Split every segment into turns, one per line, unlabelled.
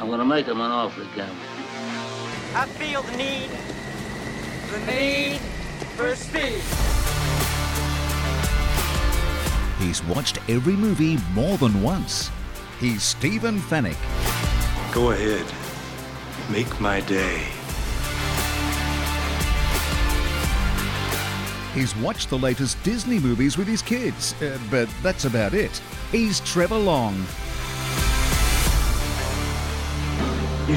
I'm gonna make him an offer again.
I feel the need, the need for speed.
He's watched every movie more than once. He's Stephen Fennick.
Go ahead. Make my day.
He's watched the latest Disney movies with his kids, uh, but that's about it. He's Trevor Long.
You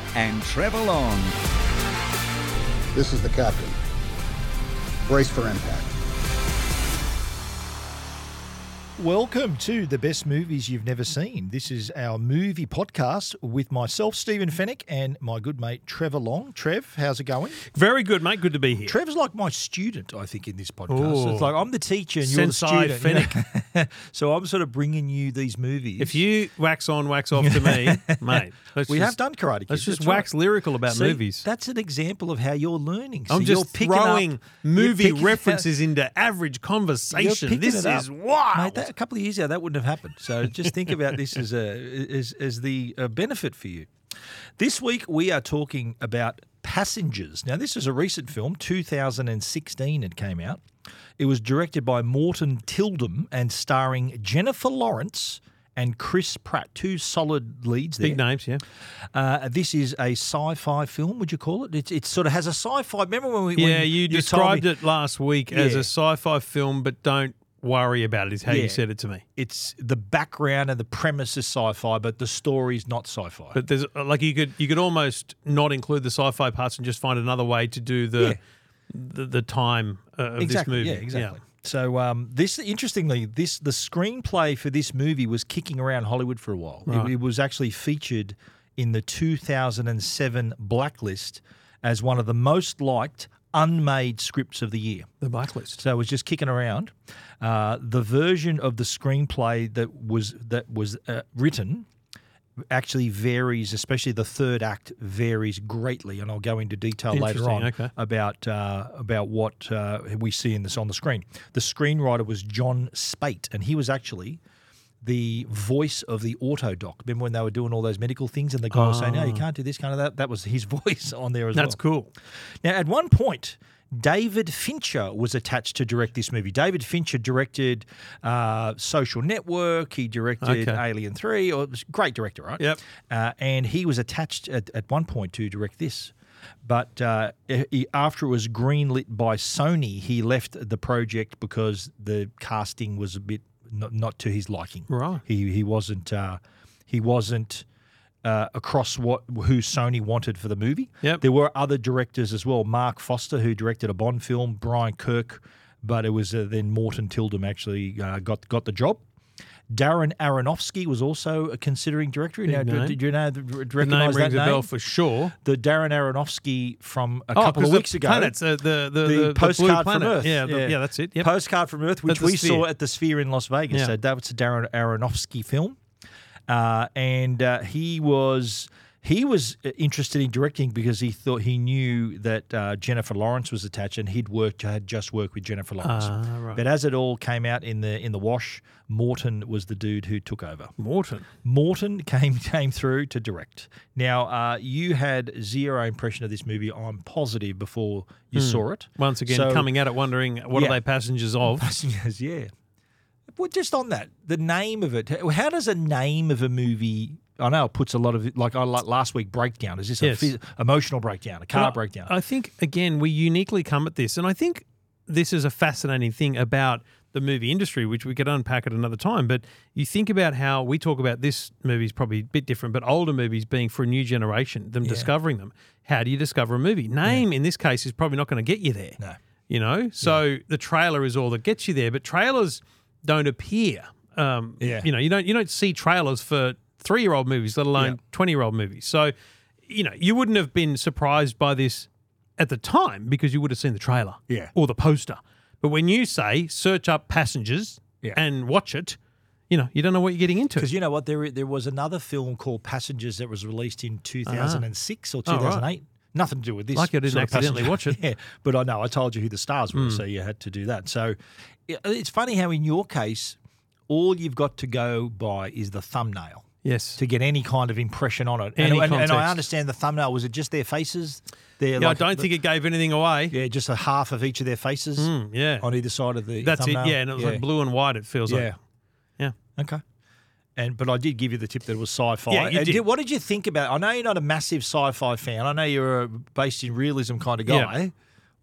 and Trevor Long.
This is the captain. Brace for impact.
Welcome to the best movies you've never seen. This is our movie podcast with myself, Stephen Fennick, and my good mate Trevor Long. Trev, how's it going?
Very good, mate. Good to be here.
Trevor's like my student, I think, in this podcast.
Ooh.
It's like I'm the teacher and
Sensei
you're the student. you know? so I'm sort of bringing you these movies.
if you wax on, wax off to me, mate. Let's
we have
just,
done Karate Kid.
Let's just
that's
wax
right.
lyrical about
See,
movies.
That's an example of how you're learning. So
I'm
you're
just
picking up-
throwing
you're
movie
picking up-
references into average
You're
conversation.
picking
This
it up.
is wild.
Mate, that, a couple of years ago, that wouldn't have happened. So just think about this as a as, as the uh, benefit for you. This week we are talking about Passengers. Now this is a recent film, 2016. It came out. It was directed by Morton Tildum and starring Jennifer Lawrence and Chris Pratt. Two solid leads there.
Big names, yeah.
Uh, this is a sci-fi film. Would you call it? It, it sort of has a sci-fi. Remember when we?
Yeah,
when
you,
told
described
me-
it last week as
Yeah.
a sci-fi film, but don't worry about it. Is how
Yeah.
you said it to me.
It's the background and the premise is sci-fi, but the story's not sci-fi.
But there's uh, like you could you could almost not include the sci-fi parts and just find another way to do the
Yeah.
the, the time uh, of
exactly.
this movie.
Yeah, exactly. So um, this, interestingly, this the screenplay for this movie was kicking around Hollywood for a while. It- It,
Right.
was actually featured in the 2007 blacklist as one of the most liked unmade scripts of the year.
The blacklist.
So it was just kicking around. Uh, the version of the screenplay that was that was uh, written actually varies, especially the third act varies greatly, and I'll go into detail later
Interesting,
on
okay.
about uh, about what uh, we see in this on the screen. The screenwriter was John Spate, and he was actually the voice of the auto doc. Remember when they were doing all those medical things, and the guy was saying, "No, you can't do this kind of that." That was his voice on there as well.
Ah. That's cool.
Now, at one point, David Fincher was attached to direct this movie. David Fincher directed uh, Social Network. He directed
Okay.
Alien Three. Or was a great director, right?
Yep.
Uh, and he was attached at, at one point to direct this, but uh, he, after it was greenlit by Sony, he left the project because the casting was a bit not, not to his liking.
Right.
He he wasn't uh, he wasn't uh, across what who Sony wanted for the movie.
Yep.
There were other directors as well. Mark Foster, who directed a Bond film, Brian Kirk, but it was uh, then Morton Tildum actually uh, got got the job. Darren Aronofsky was also a considering director. Now, d-
name.
did you know the, d-
The name
recognize
rings
that
a
name?
bell for sure.
the Darren Aronofsky from a
Oh,
couple of
'cause the
weeks ago.
planets, uh, the, the,
the,
the, the blue
postcard
planet.
from Earth.
Yeah, the- yeah. that's it. Yep.
Postcard from Earth, which
the
we
Sphere.
saw at the Sphere in Las Vegas.
Yeah.
So that was a Darren Aronofsky film, uh, and uh, he was he was uh, interested in directing because he thought he knew that uh, Jennifer Lawrence was attached, and he'd worked had just worked with Jennifer Lawrence.
Ah, right.
But as it all came out in the in the wash, Morton was the dude who took over.
Morton.
Morton came came through to direct. Now uh, you had zero impression of this movie. I'm positive before you saw it.
Hmm. Once again,
So-
coming at it wondering what
Yeah.
are they passengers of?
Yes, yeah. Well, just on that, the name of it. How does a name of a movie I know it puts a lot of like I like last week breakdown. Is this a
Yes.
phys- emotional breakdown, a car
Well,
breakdown?
I think again we uniquely come at this, and I think this is a fascinating thing about the movie industry, which we could unpack at another time. But you think about how we talk about this movie's probably a bit different, but older movies being for a new generation, them discovering them. How do you discover a movie? Name in this case is probably not going to get you there.
No.
You know, so the trailer is all that gets you there, but trailers don't appear. Um,
Yeah.
You know, you don't you don't see trailers for three year old movies, let alone twenty year old movies. So, you know, you wouldn't have been surprised by this at the time because you would have seen the trailer,
Yeah.
or the poster. But when you say search up passengers
Yeah.
and watch it, you know, you don't know what you're getting into.
Because you know what, there there was another film called Passengers that was released in two thousand and six or two
Ah. Oh, right.
thousand eight. Nothing to do with this.
Lucky I didn't
sort of
accidentally
Passengers.
watch it. Hmm.
yeah, but I know I told you who the stars were, so you had to do that. So it, it's funny how in your case, all you've got to go by is the thumbnail
Yes.
to get any kind of impression on it.
Any
and, and, and I
context.
understand the thumbnail was it just their faces? Their,
Yeah,
like,
I don't
the-
think it gave anything away.
Yeah, just a half of each of their faces
Mm, yeah.
on either side of the.
That's it.
thumbnail.
Yeah, and it was
Yeah.
like blue and white. It feels
Yeah.
like. Yeah.
Okay. And but I did give you the tip that it was sci-fi.
Yeah, you
And
did.
What did you think about? it? I know you're not a massive sci-fi fan. I know you're a based in realism kind of
Yeah.
guy.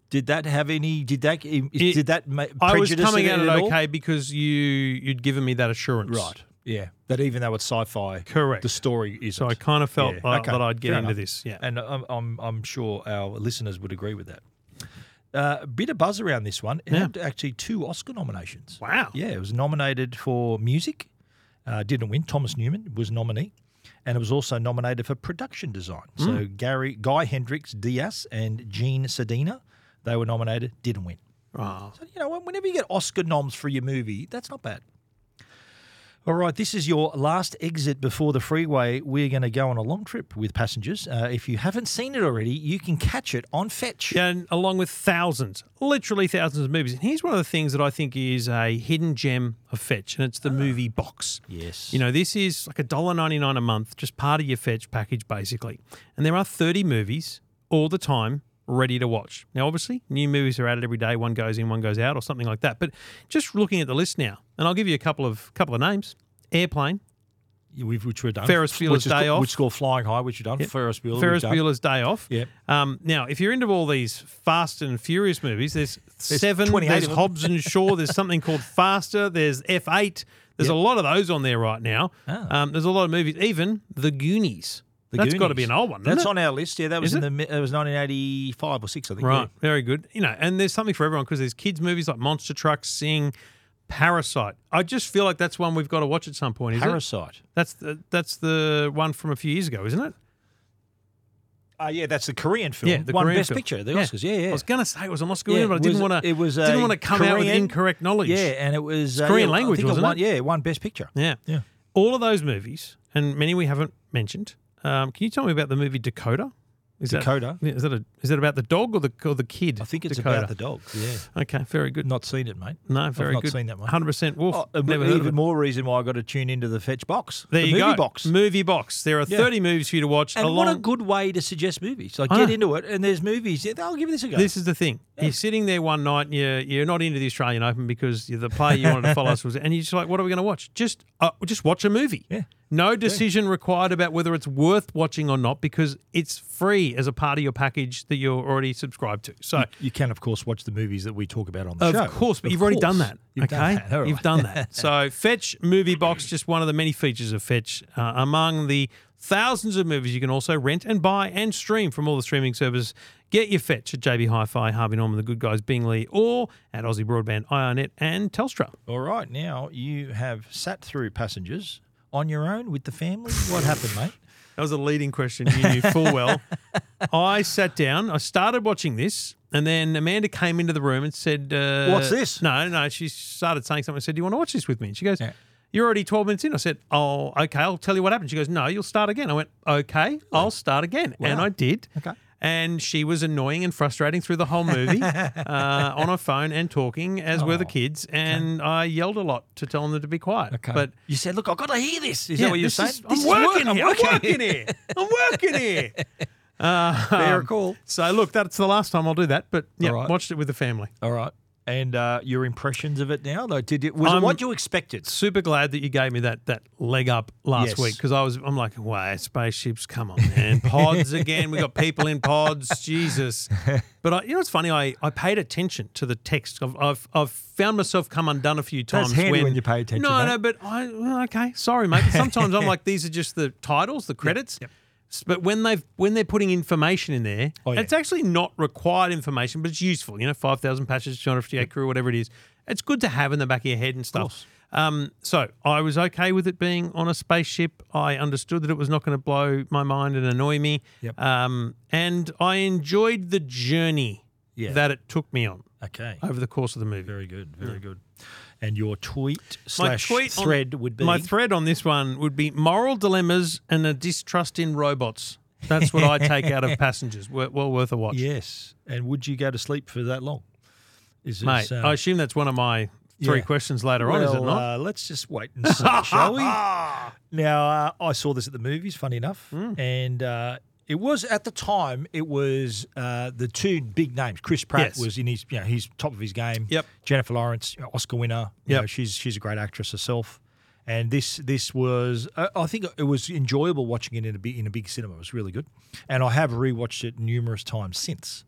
Did that have any? Did that? did that ma-
I was
prejudice
coming
it
at it
at all?
okay because you you'd given me that assurance,
Right. Yeah. That even though it's sci-fi,
Correct.
The story is.
So I kind of felt uh, that I'd get
fair
into
enough.
this. Yeah.
and I'm, I'm I'm sure our listeners would agree with that. Uh, bit of buzz around this one. It had actually two Oscar nominations.
Wow.
Yeah, it was nominated for music, uh, didn't win. Thomas Newman was nominee, and it was also nominated for production design. So
Hmm.
Gary, Guy Hendricks Diaz, and Gene Sedina, they were nominated, didn't win.
Oh.
So, you know, whenever you get Oscar noms for your movie, that's not bad. All right, this is your last exit before the freeway. We're going to go on a long trip with passengers. Uh, if you haven't seen it already, you can catch it on Fetch.
Yeah, and along with thousands, literally thousands of movies. And here's one of the things that I think is a hidden gem of Fetch, and it's the movie box.
Ah. Yes.
You know, this is like $1.99 a month, just part of your Fetch package, basically. And there are 30 movies all the time ready to watch. Now, obviously, new movies are added every day. One goes in, one goes out, or something like that. But just looking at the list now, and I'll give you a couple of couple of names. Airplane,
We've, which we've done.
Ferris
Which
Bueller's
is-
Day Off.
Which score Flying High, which you've done. Ferris Bueller.
Ferris
we've done.
Bueller's Day Off.
Yep.
Um, now, if you're into all these Fast and Furious movies, there's, seven.
28
There's
of them.
Hobbs and Shaw. There's something called Faster. There's F8. There's a lot of those on there right now. Um, there's a lot of movies. Even The Goonies.
Ah. The
That's got
Goonies.
to be an old one.
That's
isn't it?
on our list. Yeah, that was
Is
in
it?
the mi- it was 1985 or six, I think.
Right. Very good. You know, and there's something for everyone because there's kids movies like Monster Truck, Sing, Parasite. I just feel like that's one we've got to watch at some point.
Yeah.
Is it?
Parasite.
That's the that's the one from a few years ago, isn't it?
Oh yeah, that's the Korean film.
Yeah, Ah, the
One
Korean
Best
film.
Picture, the Oscars. Yeah, yeah.
I was gonna say it was an Oscar
Yeah,
winner, but I
it
didn't
was-
want to.
it was
didn't
a
want to come out with
Korean-
incorrect knowledge.
Yeah, and it was uh,
Korean
yeah, I
language,
think it
wasn't
won-
it?
Yeah, one Best Picture.
yeah,
Yeah.
All of those movies, and many we haven't mentioned. Um, can you tell me about the movie Dakota? Is that-
Dakota?
yeah, is that a, is that about the dog or the or the kid?
I think it's
Dakota.
about the dog. Yeah,
Okay, very good.
not seen it, mate.
no, very
I've not
good.
Seen that one.
Hundred percent Wolf.
Oh, uh, but
Never heard of
even
it.
more reason why I got to tune into the fetch box.
There
the
you
movie
go.
box.
Movie box. There are
Yeah.
thirty movies for you to watch.
and
along
what a good way to suggest movies. Like
I
get
know.
into it, and there's movies. Yeah, I'll give this a go.
This is the thing. You're sitting there one night and you're, you're not into the Australian Open because you're the player you wanted to follow us was, and you're just like, what are we going to watch? Just uh, just watch a movie.
Yeah.
No decision required about whether it's worth watching or not because it's free as a part of your package that you're already subscribed to. So,
you can, of course, watch the movies that we talk about on the
of
show.
course, but
Of
you've already done
course.
that.
You've
okay.
done that. All
You've
right.
done that. so, Fetch Movie Box, just one of the many features of Fetch. Uh, among the thousands of movies you can also rent and buy and stream from all the streaming services. Get your Fetch at JB Hi Fi, Harvey Norman, The Good Guys, Bingley, or at Aussie Broadband, IONet, and Telstra.
All right, now you have sat through passengers on your own with the family. What happened, mate?
That was a leading question you knew full well. I sat down, I started watching this, and then Amanda came into the room and said, uh,
What's this?
No, no. She started saying something. I said, Do you want to watch this with me? And she goes,
Yeah.
You're already 12 minutes in. I said, Oh, okay. I'll tell you what happened. She goes, No, you'll start again. I went, Okay, I'll start again. And
Wow.
I did.
Okay.
And she was annoying and frustrating through the whole movie uh, on her phone and talking,
Oh,
as were the kids. And I yelled a lot to tell them to be quiet. But
you said, "Look, I've got to hear this." Is
yeah,
that what you're
this
saying?
is-
This is
I'm working, here.
working.
I'm working here. I'm working here. Uh,
Fair
um,
call.
So look, that's the last time I'll do that. But yeah,
All right.
watched it with the family.
All right. and uh, your impressions of it now? Like, did it was it
I'm-
what you expected?
Super glad that you gave me that that leg up last
Yes.
week because I was I'm like, wow, spaceships, come on, man, pods again. We got people in pods, Jesus. But I, you know, it's funny. I, I paid attention to the text. I've, I've I've found myself come undone a few times.
handy when you pay attention,
No,
mate.
no, but I well, okay, sorry, mate. But sometimes I'm like, these are just the titles, the credits. S- But when they've when they're putting information in there,
Oh, yeah.
it's actually not required information, but it's useful. You know, five thousand passengers, two hundred fifty eight crew, whatever it is. It's good to have in the back of your head and stuff. Um, so I was okay with it being on a spaceship. I understood that it was not going to blow my mind and annoy me.
Yep.
Um, and I enjoyed the journey
Yeah.
that it took me on
Okay.
over the course of the movie.
Very good. Very good. And your tweet slash
on-
thread would be
my thread on this one would be moral dilemmas and a distrust in robots. That's what I take out of passengers. Well, well worth a watch,
yes. And would you go to sleep for that long? Is
mate.
this, um,
I assume that's one of my three
yeah.
questions later on, is it
Well,
not?
Uh, let's just wait and see, shall we? Now, uh, I saw this at the movies, funny enough,
Mm.
and uh, it was at the time it was uh, the two big names. Chris Pratt
Yes.
was in his, you know, he's top of his game.
Yep.
Jennifer Lawrence, you know, Oscar winner. you
Yep.
know, she's she's a great actress herself. And this this was I I think it was enjoyable watching it in a big in a big cinema. It was really good, and I have rewatched it numerous times since.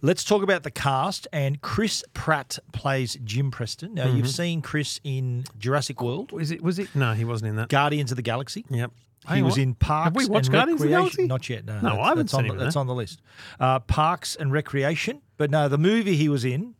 Let's talk about the cast. And Chris Pratt plays Jim Preston. Now
Mm-hmm.
you've seen Chris in Jurassic World,
Is it? Was it? No, he wasn't in that.
Guardians of the Galaxy.
Yep.
He
Hang
was
on.
in Parks.
Have we watched
and
Guardians of the
Recreation-
Galaxy?
Not yet. No,
No, I haven't
that's on
seen
the,
it,
That's
no.
on the list. Uh, Parks and Recreation. But no, the movie he was in.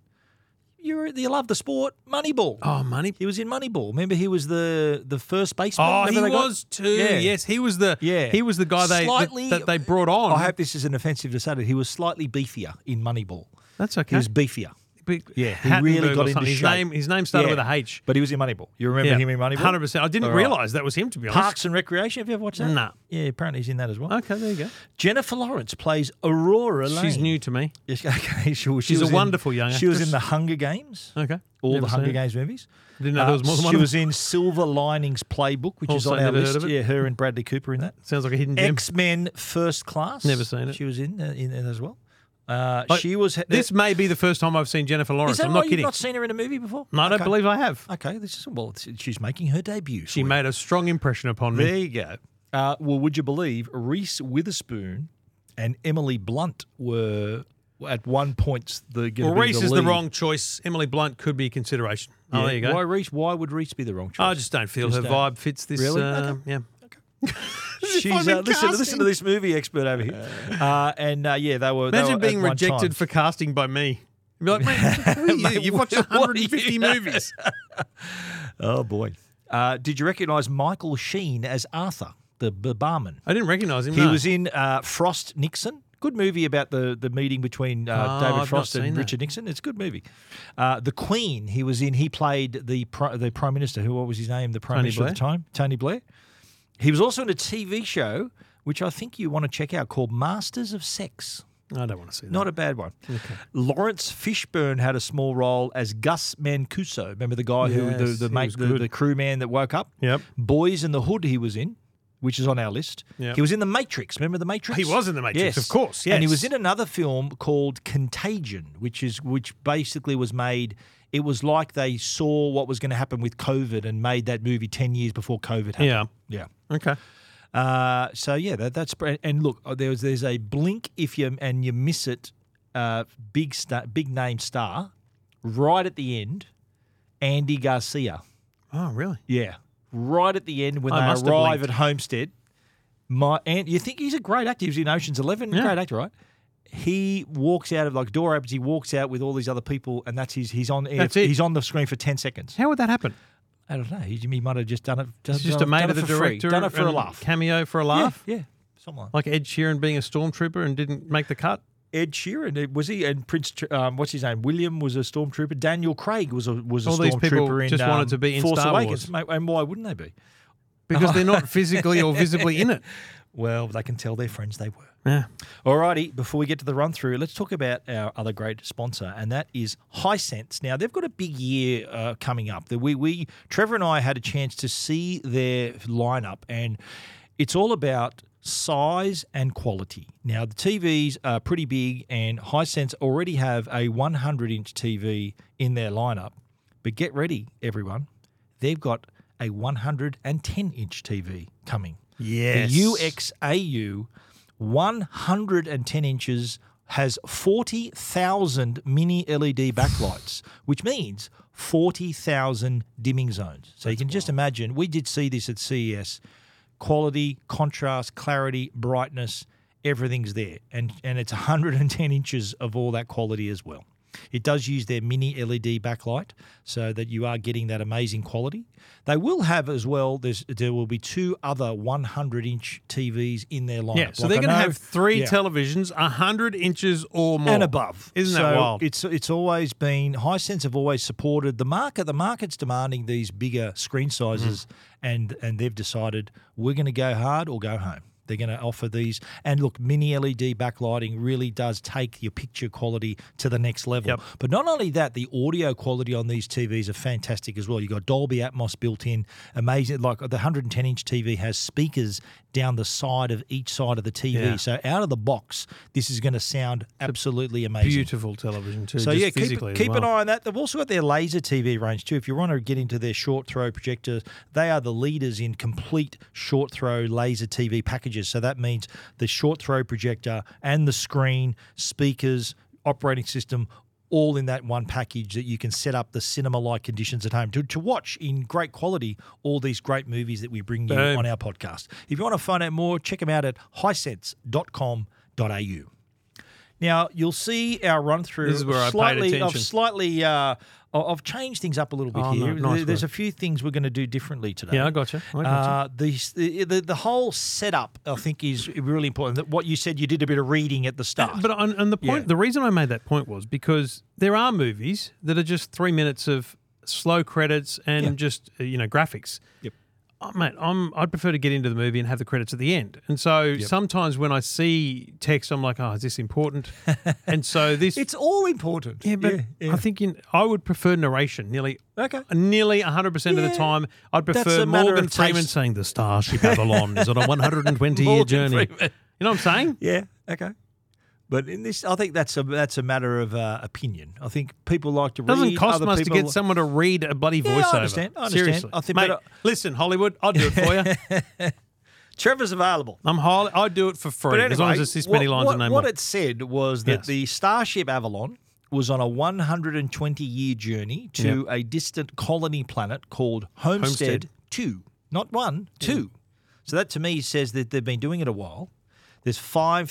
You're, you love the sport, Moneyball.
Oh, money.
He was in Moneyball. Remember, he was the the first baseman.
Oh,
Remember
he
they got-
was too. Yes, he was the.
yeah.
he was the guy they
Slightly-
that, that they brought on.
I hope this isn't offensive to say that he was slightly beefier in Moneyball.
that's
He
okay.
was beefier.
Big-
Yeah, he
Hattenberg
really
or
got into
something. his
shape.
name. His name started
Yeah,
with a H.
but he was in Moneyball. You remember him in Moneyball?
Hundred percent. I didn't
All right.
realize that was him. To be honest.
Parks and Recreation. Have you ever watched that?
Nah.
Yeah, apparently he's in that as well.
Okay, there you go.
Jennifer Lawrence plays Aurora Lane.
She's new to me.
Yes, okay, she, was- she
She's a
was in-
wonderful young
She was in
actress.
the Hunger Games,
Okay.
all
Never
the
seen
Hunger
it.
Games movies.
Didn't know there was more than one
She
of
was in Silver Linings Playbook, which
Also
is on our
never heard
list.
of it.
Yeah, her and Bradley Cooper in that.
Sounds like a hidden gem.
X Men First Class.
Never seen it.
She was in uh, in it as well. Uh,
I-
she was
This may be the first time I've seen Jennifer
Is
Lawrence.
that
I'm
right?
not kidding.
You've not seen her in a movie before?
No, I don't
Okay.
believe I have.
Okay, this is well. it's- She's making her debut.
She made a strong impression upon me.
There you go. Uh, well, would you believe Reese Witherspoon and Emily Blunt were at one point the going
Well,
be
Reese
the
is the
lead.
wrong choice. Emily Blunt could be a consideration. Oh,
Yeah.
there you go.
Why Reese? Why would Reese be the wrong choice?
I just don't feel
Just
her
don't-
vibe fits this.
Really?
uh,
Okay.
Yeah.
She's uh, listen, listen to this movie expert over here, uh, and uh, yeah, they were. they
Imagine
were
being
at one
rejected
time.
for casting by me. You'd be like, mate, who are you?
Mate,
you've watched
what- what are you
150 movies.
Oh boy! Uh, did you recognise Michael Sheen as Arthur, the, the barman?
I didn't recognise him.
He
no.
was in uh, Frost Nixon. Good movie about the the meeting between uh,
Oh, I've
David
not
Frost
seen
and
that.
Richard Nixon. It's a good movie. Uh, the Queen. He was in. He played the pri- the Prime Minister. Who? What was his name? The Prime
Tony
Minister at the time. Tony Blair. He was also in a TV show which I think you want to check out called Masters of Sex.
I don't want to see that.
Not a bad one. Lawrence Fishburne had a small role as Gus Mancuso. Remember the guy who the
Yes,
the,
he
mate,
was
the,
good.
the crew man that woke up.
Yep.
Boys in the Hood. He was in, which is on our list.
Yep.
He was in the Matrix. Remember the Matrix?
He was in The Matrix, of course,
And he was
yes.
in another film called Contagion, which is which basically was made. It was like they saw what was going to happen with COVID and made that movie ten years before COVID happened.
Yeah.
Yeah.
Okay.
Uh, so yeah, that, that's and look, there's there's a blink if you and you miss it, uh, big star, big name star, right at the end, Andy Garcia.
Oh, really?
Yeah, right at the end when
I must
they
have
arrive at
blinked.
Homestead. My and you think he's a great actor. He was in Ocean's Eleven,
Yeah.
great actor, right? He walks out of like door opens. He walks out with all these other people, and that's his. He's on. air-
That's it.
He's on the screen for ten seconds.
How would that happen?
I don't know. He, he might have just done it. Done,
It's just
done,
a mate
done
of the
it for free,
director.
Done it for a
and
laugh.
Cameo for a
Yeah,
laugh.
Yeah, someone.
Like Ed Sheeran being a stormtrooper and didn't make the cut.
Ed Sheeran it- was he and Prince Ch- um, what's his name William was a stormtrooper Daniel Craig was a was a
All these people
stormtrooper in
just
um,
wanted to be in
Force
Star
Awakens Mate, and why wouldn't they be
because they're not physically or visibly in it.
well they can tell their friends they were
Yeah.
Alrighty, before we get to the run through, let's talk about our other great sponsor, and that is Hisense. Now, they've got a big year uh, coming up. The- We, we, Trevor and I had a chance to see their lineup, and it's all about size and quality. Now, the TVs are pretty big, and Hisense already have a 100 inch TV in their lineup. But get ready, everyone. They've got a 110 inch TV coming.
Yes.
The UXAU 110 inches has 40,000 mini LED backlights, which means 40,000 dimming zones. So you can just imagine, we did see this at CES quality, contrast, clarity, brightness, everything's there. And, and it's 110 inches of all that quality as well. It does use their mini LED backlight so that you are getting that amazing quality. They will have as well, there's, there will be two other 100 inch TVs in their lineup.
Yeah, so
Like, I
they're going to
know-
have three
yeah
televisions, hundred inches or more
and above.
Isn't
So
that wild?
It's it's always been Hisense have always supported the market. The market's demanding these bigger screen
Mm.
sizes, and and they've decided we're going to go hard or go home. They're going to offer these, and look, mini LED backlighting really does take your picture quality to the next level.
Yep.
But not only that, the audio quality on these TVs are fantastic as well. You've got Dolby Atmos built in, amazing. Like the 110 inch TV has speakers down the side of each side of the TV.
Yeah.
So out of the box, this is going to sound absolutely amazing.
beautiful television too.
So
just
yeah, keep,
physically as
keep an
well.
eye on that. They've also got their laser TV range too. If you want to get into their short throw projectors, they are the leaders in complete short throw laser TV packages. So that means the short throw projector and the screen, speakers, operating system. All in that one package that you can set up the cinema-like conditions at home to, to watch in great quality all these great movies that we bring you
Boom.
on our podcast. If you want to find out more, check them out at highsense.com.au. Now you'll see our run through.
This is where I paid
slightly,
attention.
I've slightly, uh, I- I've changed things up a little bit
Oh,
here.
no, nice
There- There's a
work.
few things we're going to do differently today.
Yeah, I gotcha. I gotcha.
Uh, the, the the the whole setup, I think, is really important. That what you said, you did a bit of reading at the start.
But on, on the point,
Yeah.
the reason I made that point was because there are movies that are just three minutes of slow credits and
Yeah.
just uh, you know graphics.
Yep.
Oh, mate, I'm, I'd prefer to get into the movie and have the credits at the end. And so sometimes when I see text, I'm like, oh, is this important? and so this.
it's all important.
yeah, but
yeah.
I think in, I would prefer narration nearly uh,
Okay.
nearly 100% of
Yeah.
the time. I'd
That's a
prefer
matter
Morgan
of taste.
Freeman saying the Starship Avalon is on a 120 year
Morgan
journey.
Freeman.
You know what I'm saying?
Yeah. Okay. But in this, I think that's a that's a matter of uh, opinion. I think people like to read.
doesn't cost
other
much to
people-
get someone to read a bloody
Yeah, I
voiceover.
understand, I understand.
Seriously,
I think-
Mate,
but I-
listen, Hollywood, I'll do it for you.
Trevor's available.
I'm Holly. I'll do it for free as long as it's this many
what,
lines
what,
and no
what
more.
it said was that
Yes.
the Starship Avalon was on a 120 year journey to a distant colony planet called Homestead,
Homestead.
2. Not one, two. So that to me says that they've been doing it a while. There's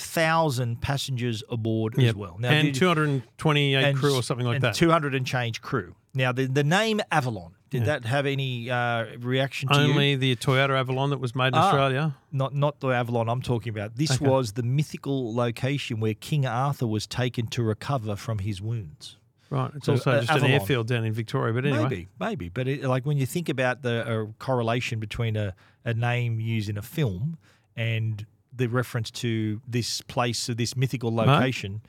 5,000 passengers aboard as
Yep.
well.
and
did-
228
and-
crew or something like
and
that.
200 and change crew. Now, the, the name Avalon, did that have any uh, reaction to you?
Only the Toyota Avalon that was made in
Ah,
Australia.
Not not the Avalon I'm talking about. This was the mythical location where King Arthur was taken to recover from his wounds.
Right. It's
so,
also
uh,
just
Avalon.
an airfield down in Victoria. But anyway,
Maybe, maybe. But it, like when you think about the uh, correlation between a, a name used in a film and the reference to this place or this mythical location,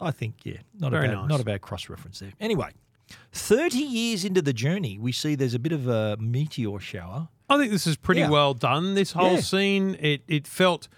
I think, yeah, not
Very
a bad,
nice.
not a bad cross reference there. Anyway, 30 years into the journey, we see there's a bit of a meteor shower.
I think this is pretty
Yeah.
well done. This whole
Yeah.
scene, it it felt.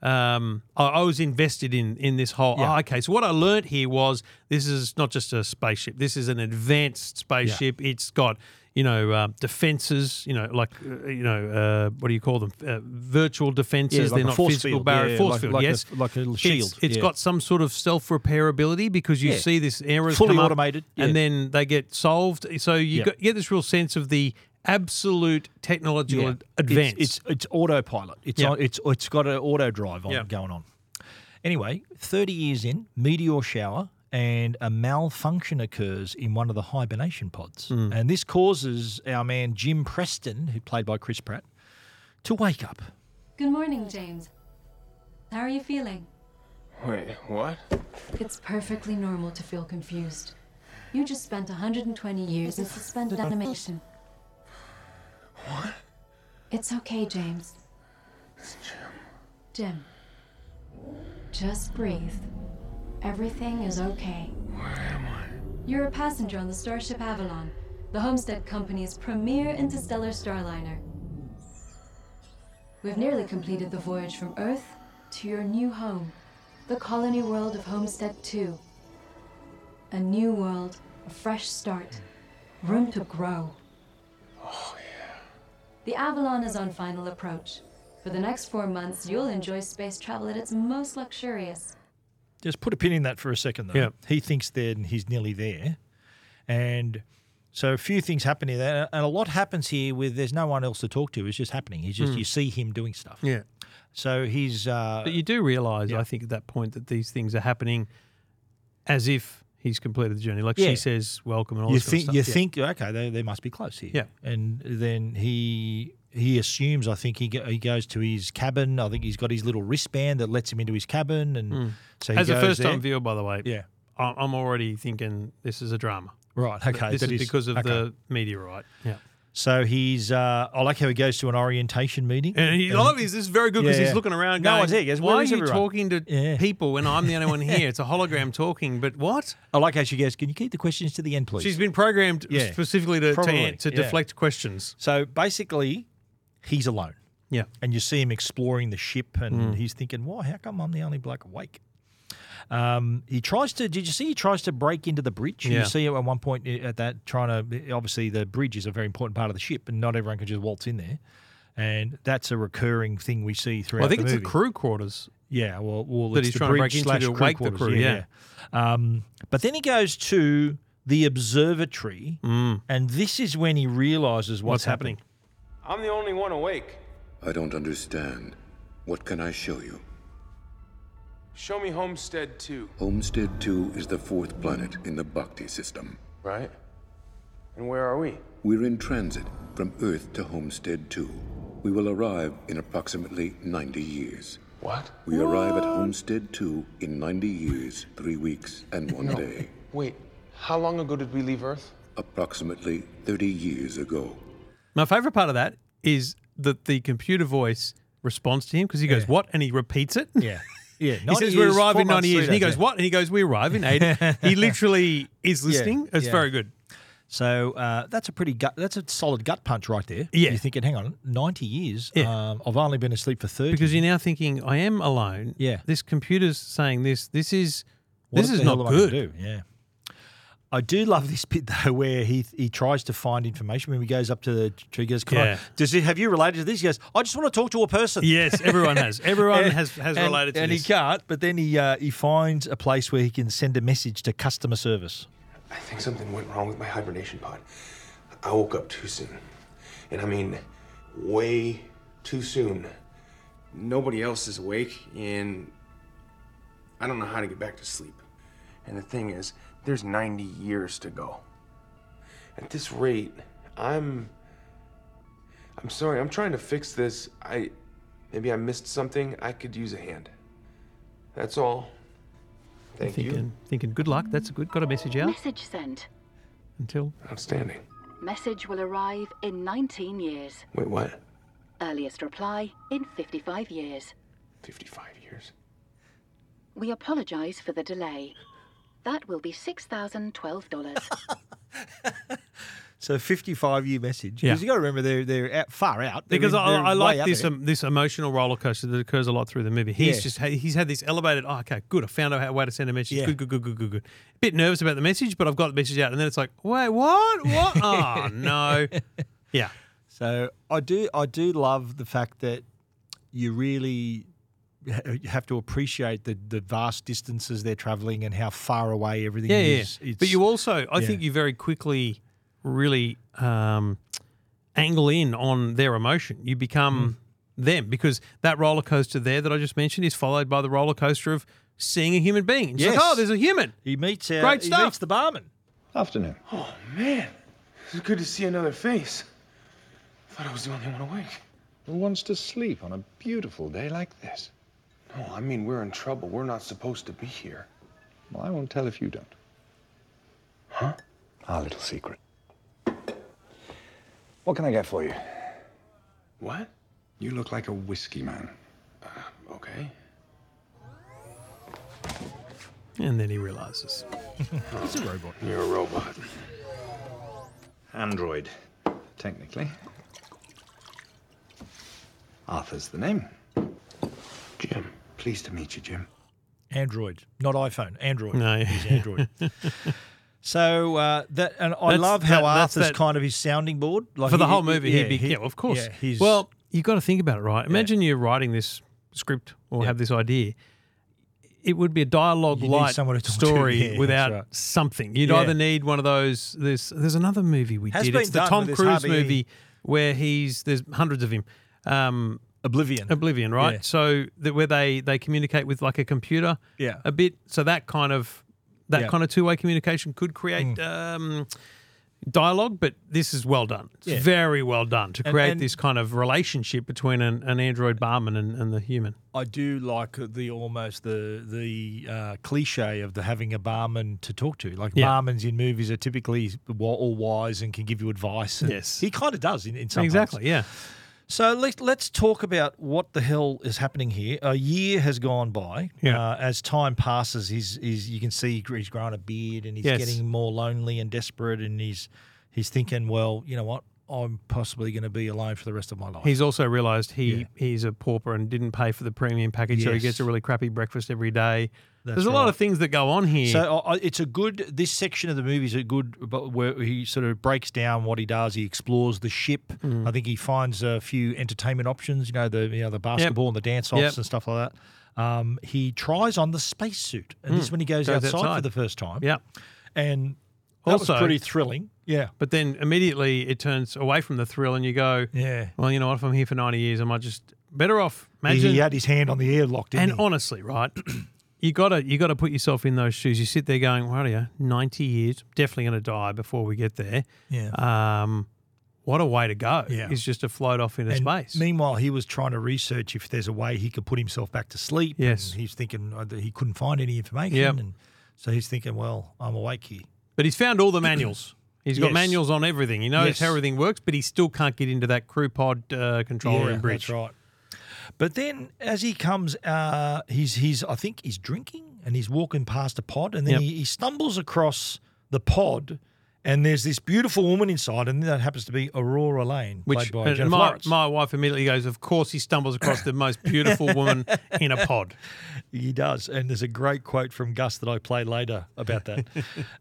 Um, I, I was invested in in this whole.
Yeah.
oh, okay, so what I learnt here was this is not just a spaceship. This is an advanced spaceship. It's got you know uh, defenses. You know, like uh, you know uh, what do you call them? Uh, virtual defenses.
like
They're
a
not
force
physical
field.
barrier.
Yeah,
force
like-
field.
like a-
yes,
like a
It's-
shield.
it's
Yeah.
got some sort of self repairability because you
Yeah.
see this errors
Fully
come up
automated, yeah.
and then they get solved. So you
Yeah.
got, you get this real sense of the absolute technological ad- advance.
It's, it's it's autopilot. It's
Yeah.
on, it's it's got an auto drive on
Yeah.
going on. Anyway, thirty years in, meteor shower and a malfunction occurs in one of the hibernation pods, and this causes our man Jim Preston, who played by Chris Pratt, to wake up.
Good morning, James. How are you feeling?
Wait, what?
It's perfectly normal to feel confused. You just spent 120 years in suspended animation. What? It's okay, James. It's Jim. Jim. Just breathe. Everything is okay. Where am I? You're a passenger on the Starship Avalon, the Homestead Company's premier interstellar starliner.
We've nearly completed the voyage from Earth to your new home, the colony world of Homestead 2. A new world, a fresh start, room to grow. The Avalon is on final approach. For the next four months, you'll enjoy space travel at its most luxurious.
Just put a pin in that for a second, though.
Yeah.
He thinks there and he's nearly there. And so a few things happen here. there, And a lot happens here with there's no one else to talk to. It's just happening. He's just, you see him doing stuff.
Yeah.
So he's, uh,
But you do realise, I think, at that point that these things are happening as if he's completed the journey. Like
Yeah.
she says, welcome and all
you
this kind of
think, you
stuff. Yeah.
think, okay, they, they must be close here.
Yeah.
And then he, he assumes, I think he, go, he goes to his cabin. I think he's got his little wristband that lets him into his cabin. And so he
Hmm. As a
goes
first
there.
time viewer, by the way,
Yeah.
I- I'm already thinking this is a drama.
Right. Okay.
this
that
is because of
okay.
the meteorite. Yeah.
So he's. Uh, I like how he goes to an orientation meeting.
And he, I love this. This is very good because
Yeah,
he's
yeah.
looking around
No
going,
one's here, guys. Where
why are
is
you
everyone?"
talking to
Yeah.
people when I'm the only one here? It's a hologram talking, but what?
I like how she goes. Can you keep the questions to the end, please?
She's been programmed
Yeah.
specifically to, to,
Probably,
an- to
yeah.
deflect questions.
so basically, he's alone,
Yeah.
and you see him exploring the ship,
Mm.
and he's thinking, "Why? How come I'm the only bloke awake?" Um, he tries to. Did you see? He tries to break into the bridge.
Yeah.
You see at one point eh, at that trying to. eh, Obviously, the bridge is a very important part of the ship, and not everyone can just waltz in there. And that's a recurring thing we see throughout.
Well, I think
the
it's the
movie.
crew quarters.
Yeah, well, well
That
it's
he's
the
trying to break
bridge
into
slash
to
crew
wake the
quarters,
crew,
Yeah. yeah. Um, but then he goes to the observatory, and this is when he realizes what's,
Mm. What's happening.
I'm the only one awake.
I don't understand. What can I show you?
Show me Homestead 2.
Homestead 2 is the fourth planet in the Bhakti system.
Right? And where are we?
We're in transit from Earth to Homestead 2. We will arrive in approximately 90 years.
What?
We arrive at Homestead 2 in 90 years, 3 weeks, and 1 day.
Wait, how long ago did we leave Earth?
Approximately 30 years ago.
My favorite part of that is that the computer voice responds to him because he goes, What? And he repeats it.
Yeah. Yeah.
He
90
says we
years,
arrive
four
in
months,
90 years.
three
And he
days,
goes,
yeah.
What? And he goes, We arrive in 80. he literally is listening. It's
yeah.
very good.
So uh, that's a pretty gut. That's a solid gut punch right there.
Yeah.
You're thinking, hang on, ninety years.
Yeah.
Um, I've only been asleep for thirty.
Because you're now thinking, I am alone.
Yeah.
This computer's saying this. This is
What
this
the
is
hell
not
am I gonna
good.
do? Yeah. I do love this bit though, where he he tries to find information when he goes up to the tree. Goes, Can
Yeah.
I, does it? Have you related to this? He goes, I just want to talk to a person.
Yes, everyone has. Everyone
And-
has, has
and-
related to
and
this.
he can't. But then he uh, he finds a place where he can send a message to customer service.
I think something went wrong with my hibernation pod. I woke up too soon. And I mean, way too soon. Nobody else is awake, and I don't know how to get back to sleep. And the thing is, there's 90 years to go. At this rate, I'm. I'm sorry, I'm trying to fix this. I. Maybe I missed something. I could use a hand. That's all. Thank you.
thinking, thinking, good luck. That's good. Got a message out
Message sent.
until
Outstanding.
Message will arrive in 19 years.
Wait, what?
Earliest reply in 55 years.
55 years.
We apologise for the delay. That will be $6,012.
So fifty five year message.
Yeah.
Because you got to remember they're they're out, far out. They're
because
in-
I,
they're
I
way
like
out
this
there.
um, this emotional roller coaster that occurs a lot through the movie. He's
Yeah.
just had- he's had this elevated. Oh, okay, good. I found out how way to send a message.
Yeah.
Good, good, good, good, good, good. Bit nervous about the message, but I've got the message out, and then it's like, wait, what? What? oh no. Yeah.
So I do I do love the fact that you really ha- have to appreciate the, the vast distances they're traveling and how far away everything
Yeah, yeah.
is. It's-
but you also, I
yeah.
think you very quickly really um, angle in on their emotion. You become
Hmm.
them because that roller coaster there that I just mentioned is followed by the roller coaster of seeing a human being. It's
Yes.
like, oh, there's a human.
he meets uh,
Great
he
stuff.
meets the barman.
Afternoon.
Oh man, it's good to see another face. Thought I was the only one awake.
Who wants to sleep on a beautiful day like this?
No, I mean we're in trouble. We're not supposed to be here.
Well, I won't tell if you don't. Huh? Our little secret. What can I get for you?
What?
You look like a whiskey man.
Okay.
And then he realizes.
He's a robot.
You're a robot.
Android, technically.
Arthur's the name. Jim. Pleased to meet you, Jim.
Android, not iPhone. Android.
No.
He's Android. so uh, that, and I
That's-
love how
that- that's
Arthur's
that-
kind of his sounding board
for the
he-
whole movie.
yeah,
he'd be,
he-
yeah, of course.
yeah, he's-
well, you've got to think about it, right? Imagine you're writing this script or have this idea. It would be a dialogue
You need
light
someone to talk to,
story
yeah, that's
without
right.
something. You'd
Yeah.
either need one of those. There's there's another movie we
Has
did.
been
It's the
done
Tom
with this
Cruise
Harvey-
movie where he's there's hundreds of him. Um,
Oblivion.
Oblivion, right?
Yeah.
So that where they they communicate with like a computer,
Yeah.
a bit. So that kind of that
Yeah. Mm.
kind of two way communication could create um, dialogue, but this is well done. It's
Yeah.
very well done to
And-
create
and-
this kind of relationship between an, an android barman and, and the human.
I do like the almost the the uh, cliche of the having a barman to talk to. Like
Yeah.
barmans in movies are typically wa- all wise and can give you advice. and
Yes.
he kind of does in, in some
Exactly,
parts.
yeah.
So let, let's talk about what the hell is happening here. A year has gone by.
Yeah.
Uh, as time passes, he's, he's you can see he's growing a beard and he's
Yes.
getting more lonely and desperate, and he's he's thinking, well, you know what, I'm possibly going to be alone for the rest of my life.
He's also realised he
Yeah.
he's a pauper and didn't pay for the premium package, so he
Yes.
gets a really crappy breakfast every day.
That's
There's a lot
right.
of things that go on here.
So I I- it's a good. This section of the movie is a good, but where he sort of breaks down what he does. He explores the ship.
Mm.
I think he finds a few entertainment options. You know the you know the basketball and the dance offs
Yep.
and stuff like that. Um, he tries on the spacesuit, and this is
Mm.
when he goes,
Goes
outside, for
outside.
the first time.
yeah.
and that
Also-
was pretty thrilling. Yeah,
But then immediately it turns away from the thrill, and you go,
yeah.
Well, you know what? If I'm here for 90 years, I might just better off.
He,
Imagine.
he had his hand on the airlock, didn't
and
he?
honestly, right? You gotta you gotta put yourself in those shoes. You sit there going, "What are you? Ninety years? Definitely gonna die before we get there."
Yeah.
Um, what a way to go!
Yeah.
Is just to float off into
And
space.
Meanwhile, he was trying to research if there's a way he could put himself back to sleep.
Yes.
And he's thinking uh, that he couldn't find any information.
Yep.
And so he's thinking, well, I'm awake here.
but he's found all the manuals. He's got
Yes.
manuals on everything. He knows
Yes.
how everything works, but he still can't get into that crew pod uh, control room bridge.
That's right. But then as he comes, uh, he's, he's, I think he's drinking and he's walking past a pod and then
Yep.
he, he stumbles across the pod and there's this beautiful woman inside and that happens to be Aurora Lane,
Which
played by
and
Jennifer
my,
Lawrence.
my wife immediately goes, "Of course, he stumbles across the most beautiful woman in a pod."
He does. And there's a great quote from Gus that I play later about that.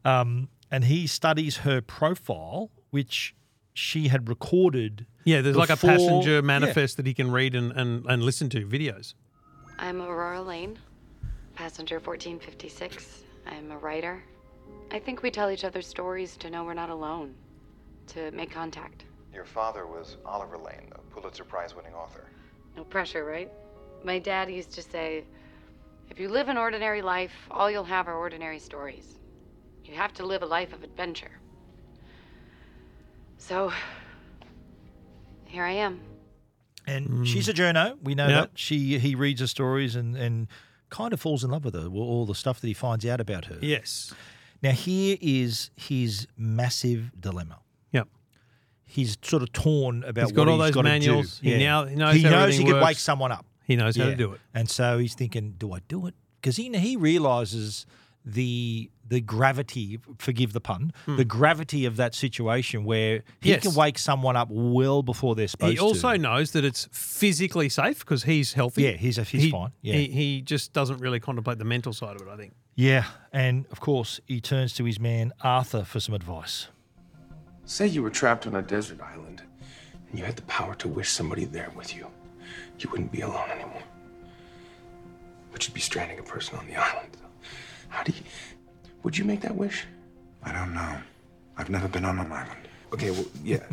um, and he studies her profile, which she had recorded.
Yeah, there's like a
before-
passenger
yeah.
manifest that he can read and, and, and listen to videos.
I'm Aurora Lane, passenger 1456. I'm a writer. I think we tell each other stories to know we're not alone, to make contact.
Your father was Oliver Lane, a Pulitzer Prize winning author.
No pressure, right? My dad used to say, if you live an ordinary life, all you'll have are ordinary stories. You have to live a life of adventure. So, here I am.
And
Mm.
she's a journo. We know
Yeah.
that. She He reads her stories and, and kind of falls in love with her, well, all the stuff that he finds out about her.
Yes.
Now, here is his massive dilemma.
Yep.
He's sort of torn about
He's got
what
all those
gotta do.
manuals. He now- he knows
he,
how
knows he
everything
could wake
works.
someone up.
He knows how to
Yeah.
do it.
And so he's thinking, do I do it? Because he he realizes the the gravity, forgive the pun, the gravity of that situation where
Hmm.
he
Yes.
can wake someone up well before they're supposed
He also
to.
knows that it's physically safe because he's healthy.
Yeah, he's- he's
He-
fine, yeah.
He, he just doesn't really contemplate the mental side of it, I think.
Yeah, and of course he turns to his man Arthur for some advice.
Say you were trapped on a desert island and you had the power to wish somebody there with you. You wouldn't be alone anymore. But you'd be stranding a person on the island. How do you. Would you make that wish?
I don't know. I've never been on an island.
Okay, well, yeah.